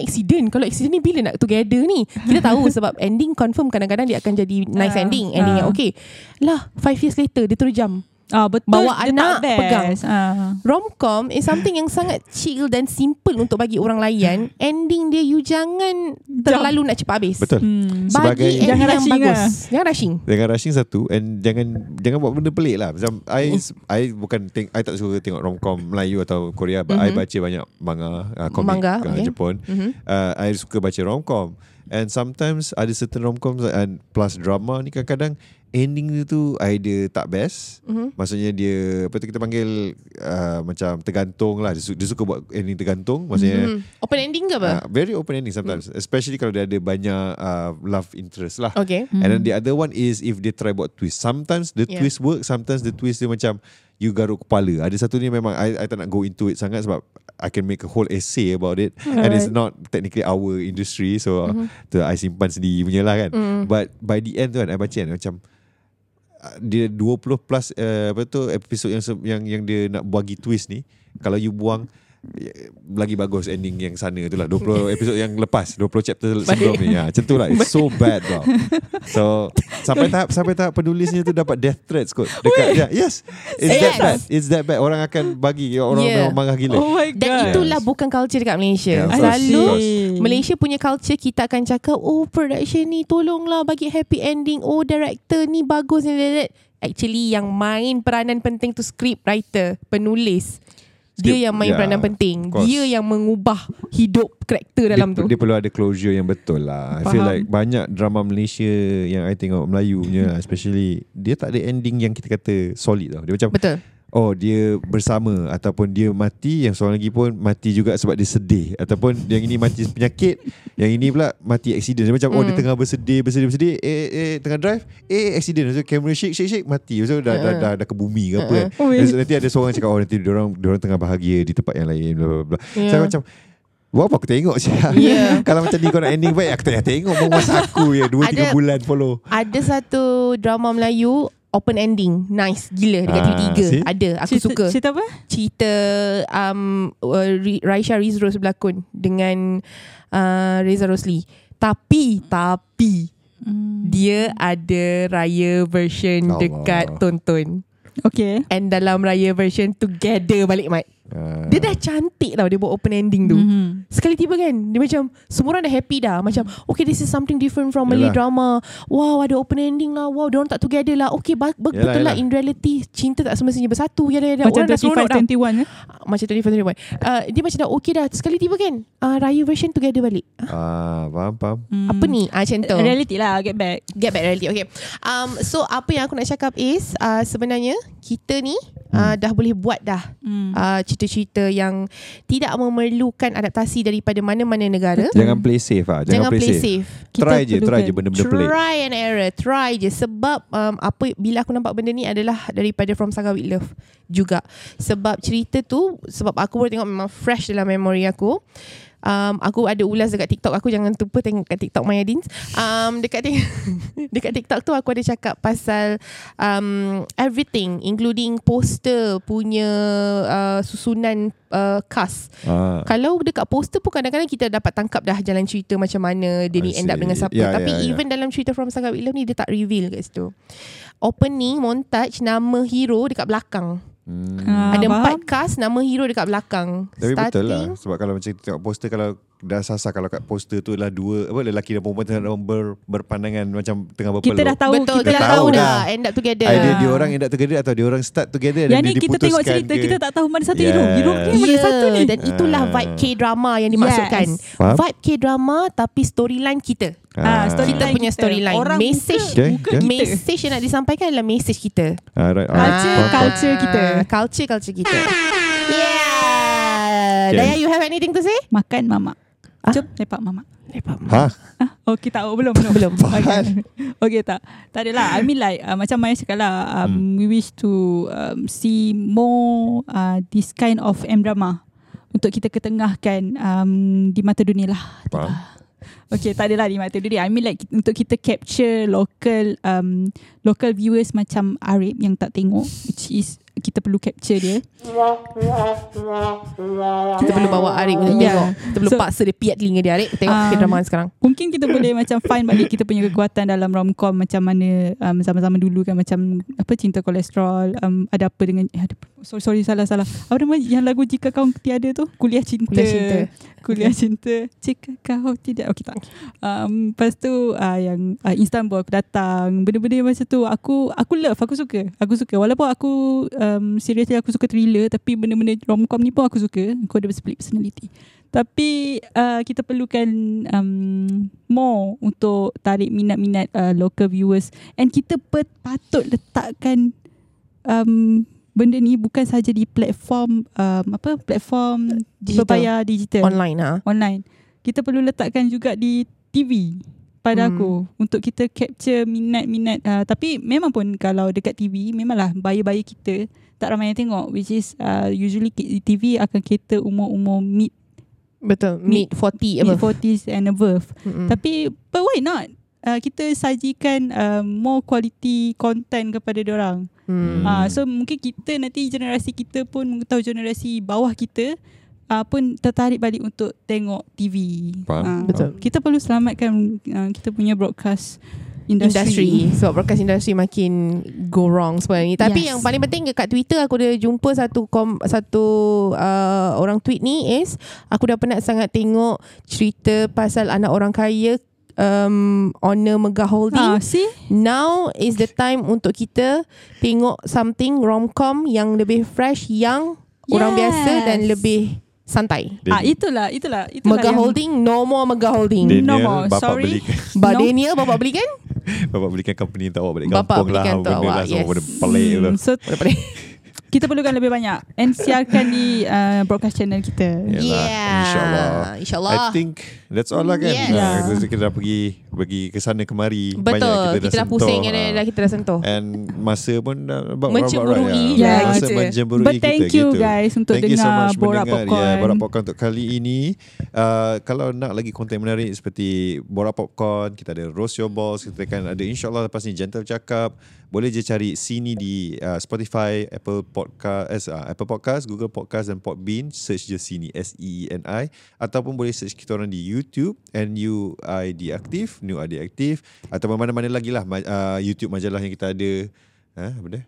Speaker 2: accident Kalau accident ni bila nak together ni Kita tahu
Speaker 1: [LAUGHS]
Speaker 2: sebab ending confirm Kadang-kadang dia akan jadi nice
Speaker 1: Ah,
Speaker 2: ending Ending
Speaker 1: ah.
Speaker 2: yang okay Lah 5 years later Dia terus jam
Speaker 1: Ah betul.
Speaker 2: Bawa
Speaker 1: dia tak
Speaker 2: anak,
Speaker 1: best.
Speaker 2: pegang.
Speaker 1: Ah.
Speaker 2: Romcom is something yang sangat chill dan simple untuk bagi orang layan. Ending dia you jangan terlalu nak cepat habis.
Speaker 3: Betul.
Speaker 1: Hmm.
Speaker 2: Bagi
Speaker 3: Sebagai-
Speaker 2: ending
Speaker 1: Jangan
Speaker 2: yang
Speaker 1: rushing
Speaker 2: bagus.
Speaker 1: lah.
Speaker 2: Jangan rushing.
Speaker 3: Jangan rushing satu And jangan Jangan buat benda pelik lah Macam
Speaker 2: [LAUGHS]
Speaker 3: I I bukan teng- I tak suka tengok romcom Melayu atau Korea But mm-hmm. I baca banyak manga uh, Komik
Speaker 2: Mhm. Manga,
Speaker 3: uh,
Speaker 2: okay. Mhm.
Speaker 3: Jepun mm-hmm. uh, I suka baca romcom And sometimes Ada certain romcoms And plus drama ni kadang-kadang Ending dia tu Idea tak best
Speaker 2: Mhm.
Speaker 3: mm-hmm. Maksudnya dia Apa tu kita panggil uh, Macam tergantung lah dia, su- dia suka buat ending tergantung Maksudnya mm-hmm.
Speaker 2: Hmm. Open ending ke apa?
Speaker 1: Ah.
Speaker 3: Uh, very open ending sometimes mm. Especially kalau dia ada banyak uh, Love interest lah
Speaker 2: okay.
Speaker 3: And then the other one is if they try buat twist. Sometimes the
Speaker 2: Yeah.
Speaker 3: yeah. twist work, sometimes the twist dia macam you garuk kepala. Ada satu ni memang I, I tak nak go into it sangat sebab I can make a whole essay about it Alright. and it's not technically our industry so mm-hmm. tu I simpan sendiri punya lah kan. Mm. But by the end tu kan I baca kan macam uh, dia 20 plus uh, apa tu episod yang se- yang yang dia nak bagi twist ni kalau you buang eh, lagi bagus ending yang sana tu lah
Speaker 2: [LAUGHS]
Speaker 3: 20 episod yang lepas 20 chapter sebelum ni ya, Macam tu lah
Speaker 2: [LAUGHS]
Speaker 3: It's so bad tau So Sampai tahap Sampai tahap penulisnya tu Dapat death threats kot Dekat yeah, Yes It's that
Speaker 2: Serious?
Speaker 3: bad It's that bad Orang akan bagi Orang
Speaker 2: Yeah.
Speaker 3: memang marah gila
Speaker 1: Oh my god.
Speaker 2: Dan itulah bukan culture dekat Malaysia.
Speaker 3: Yeah, of course,
Speaker 2: Selalu
Speaker 3: of course.
Speaker 2: Malaysia punya culture kita akan cakap oh production ni tolonglah bagi happy ending. Oh director ni bagus ni that, that. Actually yang main peranan penting tu script writer, penulis. Dia
Speaker 3: Script,
Speaker 2: yang main
Speaker 3: yeah,
Speaker 2: peranan
Speaker 3: of
Speaker 2: penting.
Speaker 3: course.
Speaker 2: Dia yang mengubah hidup karakter dalam
Speaker 3: dia,
Speaker 2: tu.
Speaker 3: dia perlu ada closure yang betul lah. Faham. I feel
Speaker 1: Faham.
Speaker 3: like banyak drama Malaysia yang I tengok Melayu punya lah, especially dia tak ada ending yang kita kata solid tau. Dia macam
Speaker 2: Betul.
Speaker 3: oh dia bersama ataupun dia mati yang seorang lagi pun mati juga sebab dia sedih ataupun yang ini mati [LAUGHS] penyakit, yang ini pula mati accident. Dia macam oh dia
Speaker 2: Hmm.
Speaker 3: tengah bersedih bersedih bersedih eh eh tengah drive eh accident. So camera shake shake shake mati.
Speaker 2: Hmm.
Speaker 3: So dah, dah, dah, dah ke bumi ke apa kan.
Speaker 1: Oh,
Speaker 3: Nanti- Nanti ada seorang cakap oh nanti diorang diorang tengah bahagia di tempat yang lain bla bla bla.
Speaker 2: Ya.
Speaker 3: Yeah. Saya macam Buat apa aku tengok je
Speaker 2: [LAUGHS] Yeah.
Speaker 3: [LAUGHS] Kalau macam ni kau nak ending baik Aku tak payah tengok Mau masa aku ya 2-3
Speaker 2: Ada-
Speaker 3: bulan follow
Speaker 2: Ada satu drama Melayu open ending. Nice gila dekat
Speaker 3: Ah,
Speaker 2: TV3.
Speaker 3: see?
Speaker 2: Ada. Aku
Speaker 1: cerita,
Speaker 2: suka.
Speaker 1: Cerita apa?
Speaker 2: cerita um, uh, Ri- Raisya Rizros berlakon dengan uh, Reza Rosli. Tapi, tapi Hmm. dia ada raya version
Speaker 3: Ya Allah.
Speaker 2: dekat Tonton.
Speaker 1: Okay.
Speaker 2: And dalam raya version together balik Mat.
Speaker 3: Ah.
Speaker 2: Dia dah cantik tau dia buat open ending tu.
Speaker 1: Mhm.
Speaker 2: Mm-hmm. Sekali tiba kan Dia macam Semua orang dah happy dah Macam Okay this is something different From Malay
Speaker 3: Yalah.
Speaker 2: drama Wow ada open ending lah Wow diorang tak together lah Okay ba- be-
Speaker 3: Yalah,
Speaker 2: betul lah
Speaker 3: yalah.
Speaker 2: In reality Cinta tak semestinya bersatu Yalah yalah
Speaker 1: Macam
Speaker 2: Orang dah seronok dah
Speaker 1: 25-21 eh?
Speaker 2: Ah, macam 25 21 uh, Dia macam dah okay dah Sekali tiba kan uh, Raya version together balik
Speaker 3: Ah, faham, faham.
Speaker 1: Hmm.
Speaker 2: Apa ni ah, Macam tu
Speaker 1: Reality lah, get back.
Speaker 2: Get back reality Okay um, So apa yang aku nak cakap is uh, Sebenarnya Kita ni uh, Dah boleh buat dah
Speaker 1: Hmm.
Speaker 2: uh, Cerita-cerita yang Tidak memerlukan adaptasi Daripada mana-mana negara
Speaker 3: Jangan play safe ah.
Speaker 2: Hmm.
Speaker 3: Jangan,
Speaker 2: Jangan play safe,
Speaker 1: Kita
Speaker 3: Try je, try
Speaker 1: perlukan.
Speaker 3: je benda-benda pelik.
Speaker 2: Try and error Try je Sebab um, apa Bila aku nampak benda ni adalah Daripada From Saga With Love Juga Sebab cerita tu Sebab aku baru tengok Memang fresh dalam memory aku um, Aku ada ulas dekat TikTok aku Jangan lupa tengok kat TikTok Maya Dins um, dekat, tik- [LAUGHS] dekat TikTok tu aku ada cakap pasal um, Everything Including poster Punya uh, Susunan uh, cast
Speaker 3: Ah.
Speaker 2: kalau dekat poster pun kadang-kadang kita dapat tangkap dah jalan cerita macam mana dia ni
Speaker 3: I
Speaker 2: end up
Speaker 3: see.
Speaker 2: dengan siapa.
Speaker 3: Ya,
Speaker 2: Tapi
Speaker 3: ya, ya.
Speaker 2: even dalam cerita From Sangat With Love ni dia tak reveal kat situ. Opening montage nama hero dekat belakang.
Speaker 3: Hmm.
Speaker 1: Ah,
Speaker 2: Ada
Speaker 1: faham.
Speaker 2: empat cast nama hero dekat belakang.
Speaker 3: Tapi betul lah Sebab kalau macam kita tengok poster Kalau dah sasar Kalau kat poster tu lah Dua apa, lelaki dan perempuan Tengah ber, berpandangan Macam tengah berpeluh
Speaker 1: Kita dah tahu
Speaker 2: Betul,
Speaker 1: kita,
Speaker 2: kita dah tahu dah. End up together.
Speaker 3: Idea dia orang end up together Atau dia orang start together
Speaker 1: Yang
Speaker 3: Dan
Speaker 1: ni
Speaker 3: dia
Speaker 1: kita
Speaker 3: diputuskan
Speaker 1: tengok cerita
Speaker 3: ke.
Speaker 1: Kita tak tahu mana satu
Speaker 3: Yes.
Speaker 1: hero Hero ni mana
Speaker 2: Yeah,
Speaker 1: satu ni
Speaker 2: dan itulah vibe K-drama yang dimaksudkan.
Speaker 1: Yes.
Speaker 3: Ah. Faham?
Speaker 2: Vibe K-drama tapi storyline kita.
Speaker 1: Ah, story
Speaker 2: Kita
Speaker 1: Storyline
Speaker 2: punya
Speaker 1: kita.
Speaker 2: storyline.
Speaker 1: Orang
Speaker 2: message
Speaker 1: muka-
Speaker 3: Okay,
Speaker 1: muka
Speaker 3: okay.
Speaker 1: kita.
Speaker 2: message yang nak disampaikan adalah message kita.
Speaker 3: ah, right, alright.
Speaker 1: Culture,
Speaker 3: Faham, faham.
Speaker 1: culture kita.
Speaker 2: Culture culture kita. Yeah.
Speaker 3: Okay.
Speaker 2: Daya, you have anything to say?
Speaker 1: Makan mamak
Speaker 2: Ah.
Speaker 1: Jom lepak mamak
Speaker 3: Ha?
Speaker 1: Ah, okay tak oh, belum belum belum. Okay. okay tak. Tak adalah. I mean like uh, macam Maya cakap lah um, we wish to um, see more uh, this kind of M drama untuk kita ketengahkan um, di mata dunia lah.
Speaker 3: Faham.
Speaker 1: Okay, tak adalah di mata duri. I mean like untuk kita capture local um, local viewers macam Arif yang tak tengok which is kita perlu capture dia.
Speaker 2: Kita perlu bawa Arik untuk
Speaker 1: Yeah.
Speaker 2: tengok. Kita perlu
Speaker 1: So-
Speaker 2: paksa dia piat telinga dia Arik. Tengok
Speaker 1: Ah.
Speaker 2: um, drama sekarang.
Speaker 1: Mungkin kita boleh macam find balik kita punya kekuatan dalam romcom macam mana um, sama-sama dulu kan macam apa cinta kolesterol um, ada apa dengan eh, ada, sorry sorry salah salah. Apa nama yang lagu jika kau tiada tu? Kuliah cinta.
Speaker 2: Kuliah cinta.
Speaker 1: Kuliah cinta Jika kau tidak Okay tak um, Lepas tu uh, Yang uh, Istanbul aku datang Benda-benda macam tu Aku Aku love Aku suka Aku suka Walaupun aku um, Seriously aku suka thriller Tapi benda-benda romcom ni pun aku suka Aku ada split personality Tapi uh, Kita perlukan um, More Untuk tarik minat-minat uh, Local viewers And kita pet, patut letakkan um, Benda ni bukan saja di platform um, Apa Platform
Speaker 2: Digital.
Speaker 1: Berbayar digital
Speaker 2: Online lah.
Speaker 1: online. Kita perlu letakkan juga di TV pada hmm.
Speaker 2: Hmm.
Speaker 1: aku untuk kita capture minat-minat uh, tapi memang pun kalau dekat TV memanglah bayi-bayi kita tak ramai yang tengok which is uh, usually ki- TV akan cater umur-umur mid
Speaker 2: Ya, Betul. Mid
Speaker 1: Mid-
Speaker 2: 40 apa.
Speaker 1: mid 40s and above.
Speaker 2: Mm-mm.
Speaker 1: Hmm. Tapi but why not? Uh, kita sajikan uh, more quality content kepada orang.
Speaker 2: Hmm.
Speaker 1: Ah, so mungkin kita nanti generasi kita pun mengetahui generasi bawah kita uh, pun tertarik balik untuk tengok TV.
Speaker 3: Faham.
Speaker 1: Ah,
Speaker 2: Betul.
Speaker 1: Kita perlu selamatkan uh, kita punya broadcast industry.
Speaker 2: industry. Sebab broadcast industry makin go wrong semua ni. Tapi
Speaker 1: Yes.
Speaker 2: yang paling penting dekat Twitter aku dah jumpa satu kom, satu uh, orang tweet ni is aku dah penat sangat tengok cerita pasal anak orang kaya um, owner mega
Speaker 1: Ah,
Speaker 2: holding.
Speaker 1: see?
Speaker 2: Now is the time untuk kita tengok something romcom yang lebih fresh yang orang
Speaker 1: Yes.
Speaker 2: biasa dan lebih santai.
Speaker 1: Ah, itulah, itulah, itulah.
Speaker 2: Mega
Speaker 1: yang-
Speaker 2: holding, no more mega holding.
Speaker 1: Dia-
Speaker 3: Daniel,
Speaker 1: No more,
Speaker 3: bapak
Speaker 1: sorry.
Speaker 3: belikan [LAUGHS]
Speaker 2: But
Speaker 1: No.
Speaker 2: Daniel bapak beli kan?
Speaker 3: bapak belikan company untuk awak balik
Speaker 2: Bapak
Speaker 3: kampung lah.
Speaker 2: belikan untuk
Speaker 3: benda
Speaker 2: awak,
Speaker 3: lah semua
Speaker 2: yes.
Speaker 3: benda pelik tu.
Speaker 1: Hmm, so kita perlukan lebih banyak and siarkan di uh, broadcast channel kita.
Speaker 3: Yalah, InsyaAllah.
Speaker 2: InsyaAllah.
Speaker 3: I think that's all lah kan.
Speaker 2: Yes.
Speaker 3: Ah,
Speaker 1: Yeah.
Speaker 3: kita, kita dah pergi pergi ke sana kemari. Banyak
Speaker 2: Betul. Kita, dah
Speaker 3: sentuh,
Speaker 2: pusing
Speaker 3: ah.
Speaker 2: kan dah kita dah sentuh.
Speaker 3: And masa pun dah about
Speaker 2: Menceburui
Speaker 3: ya.
Speaker 1: lah
Speaker 3: Masa
Speaker 2: kita.
Speaker 3: menceburui
Speaker 1: But
Speaker 3: kita
Speaker 1: thank you
Speaker 3: gitu.
Speaker 1: guys untuk
Speaker 3: Thank you so
Speaker 1: dengar
Speaker 3: much
Speaker 1: Borak
Speaker 3: mendengar,
Speaker 1: Popcorn.
Speaker 3: Ya, Borak Popcorn untuk kali ini. Uh, kalau nak lagi konten menarik seperti Borak Popcorn, kita ada Roast Your Balls, kita akan ada insyaAllah lepas ni Gentle Cakap. Boleh je cari sini di uh, Spotify, Apple Podcast, uh, Apple Podcast, Google Podcast dan Podbean. Search je sini E S-E-E-N-I. Ataupun boleh search kita orang di YouTube N-U-I-D aktif, New ID aktif. Ataupun mana-mana lagi lah ma- uh, YouTube majalah yang kita ada. Ha, apa dia?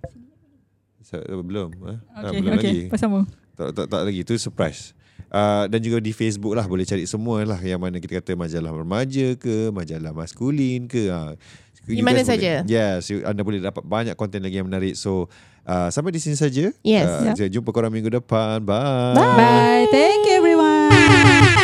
Speaker 3: Sa- Belum. Ha? Ah,
Speaker 1: Okay,
Speaker 3: belum
Speaker 1: okay.
Speaker 3: lagi.
Speaker 1: Pasamu.
Speaker 3: Tak, tak, tak lagi Itu surprise uh, Dan juga di Facebook lah Boleh cari semua lah Yang mana kita kata Majalah remaja ke Majalah maskulin ke uh,
Speaker 2: Di mana saja.
Speaker 3: Yes you, Anda boleh dapat banyak konten lagi yang menarik So uh, Sampai di sini saja Ah,
Speaker 2: Yes.
Speaker 3: uh, Jumpa korang minggu depan Bye
Speaker 1: Bye. Thank you everyone.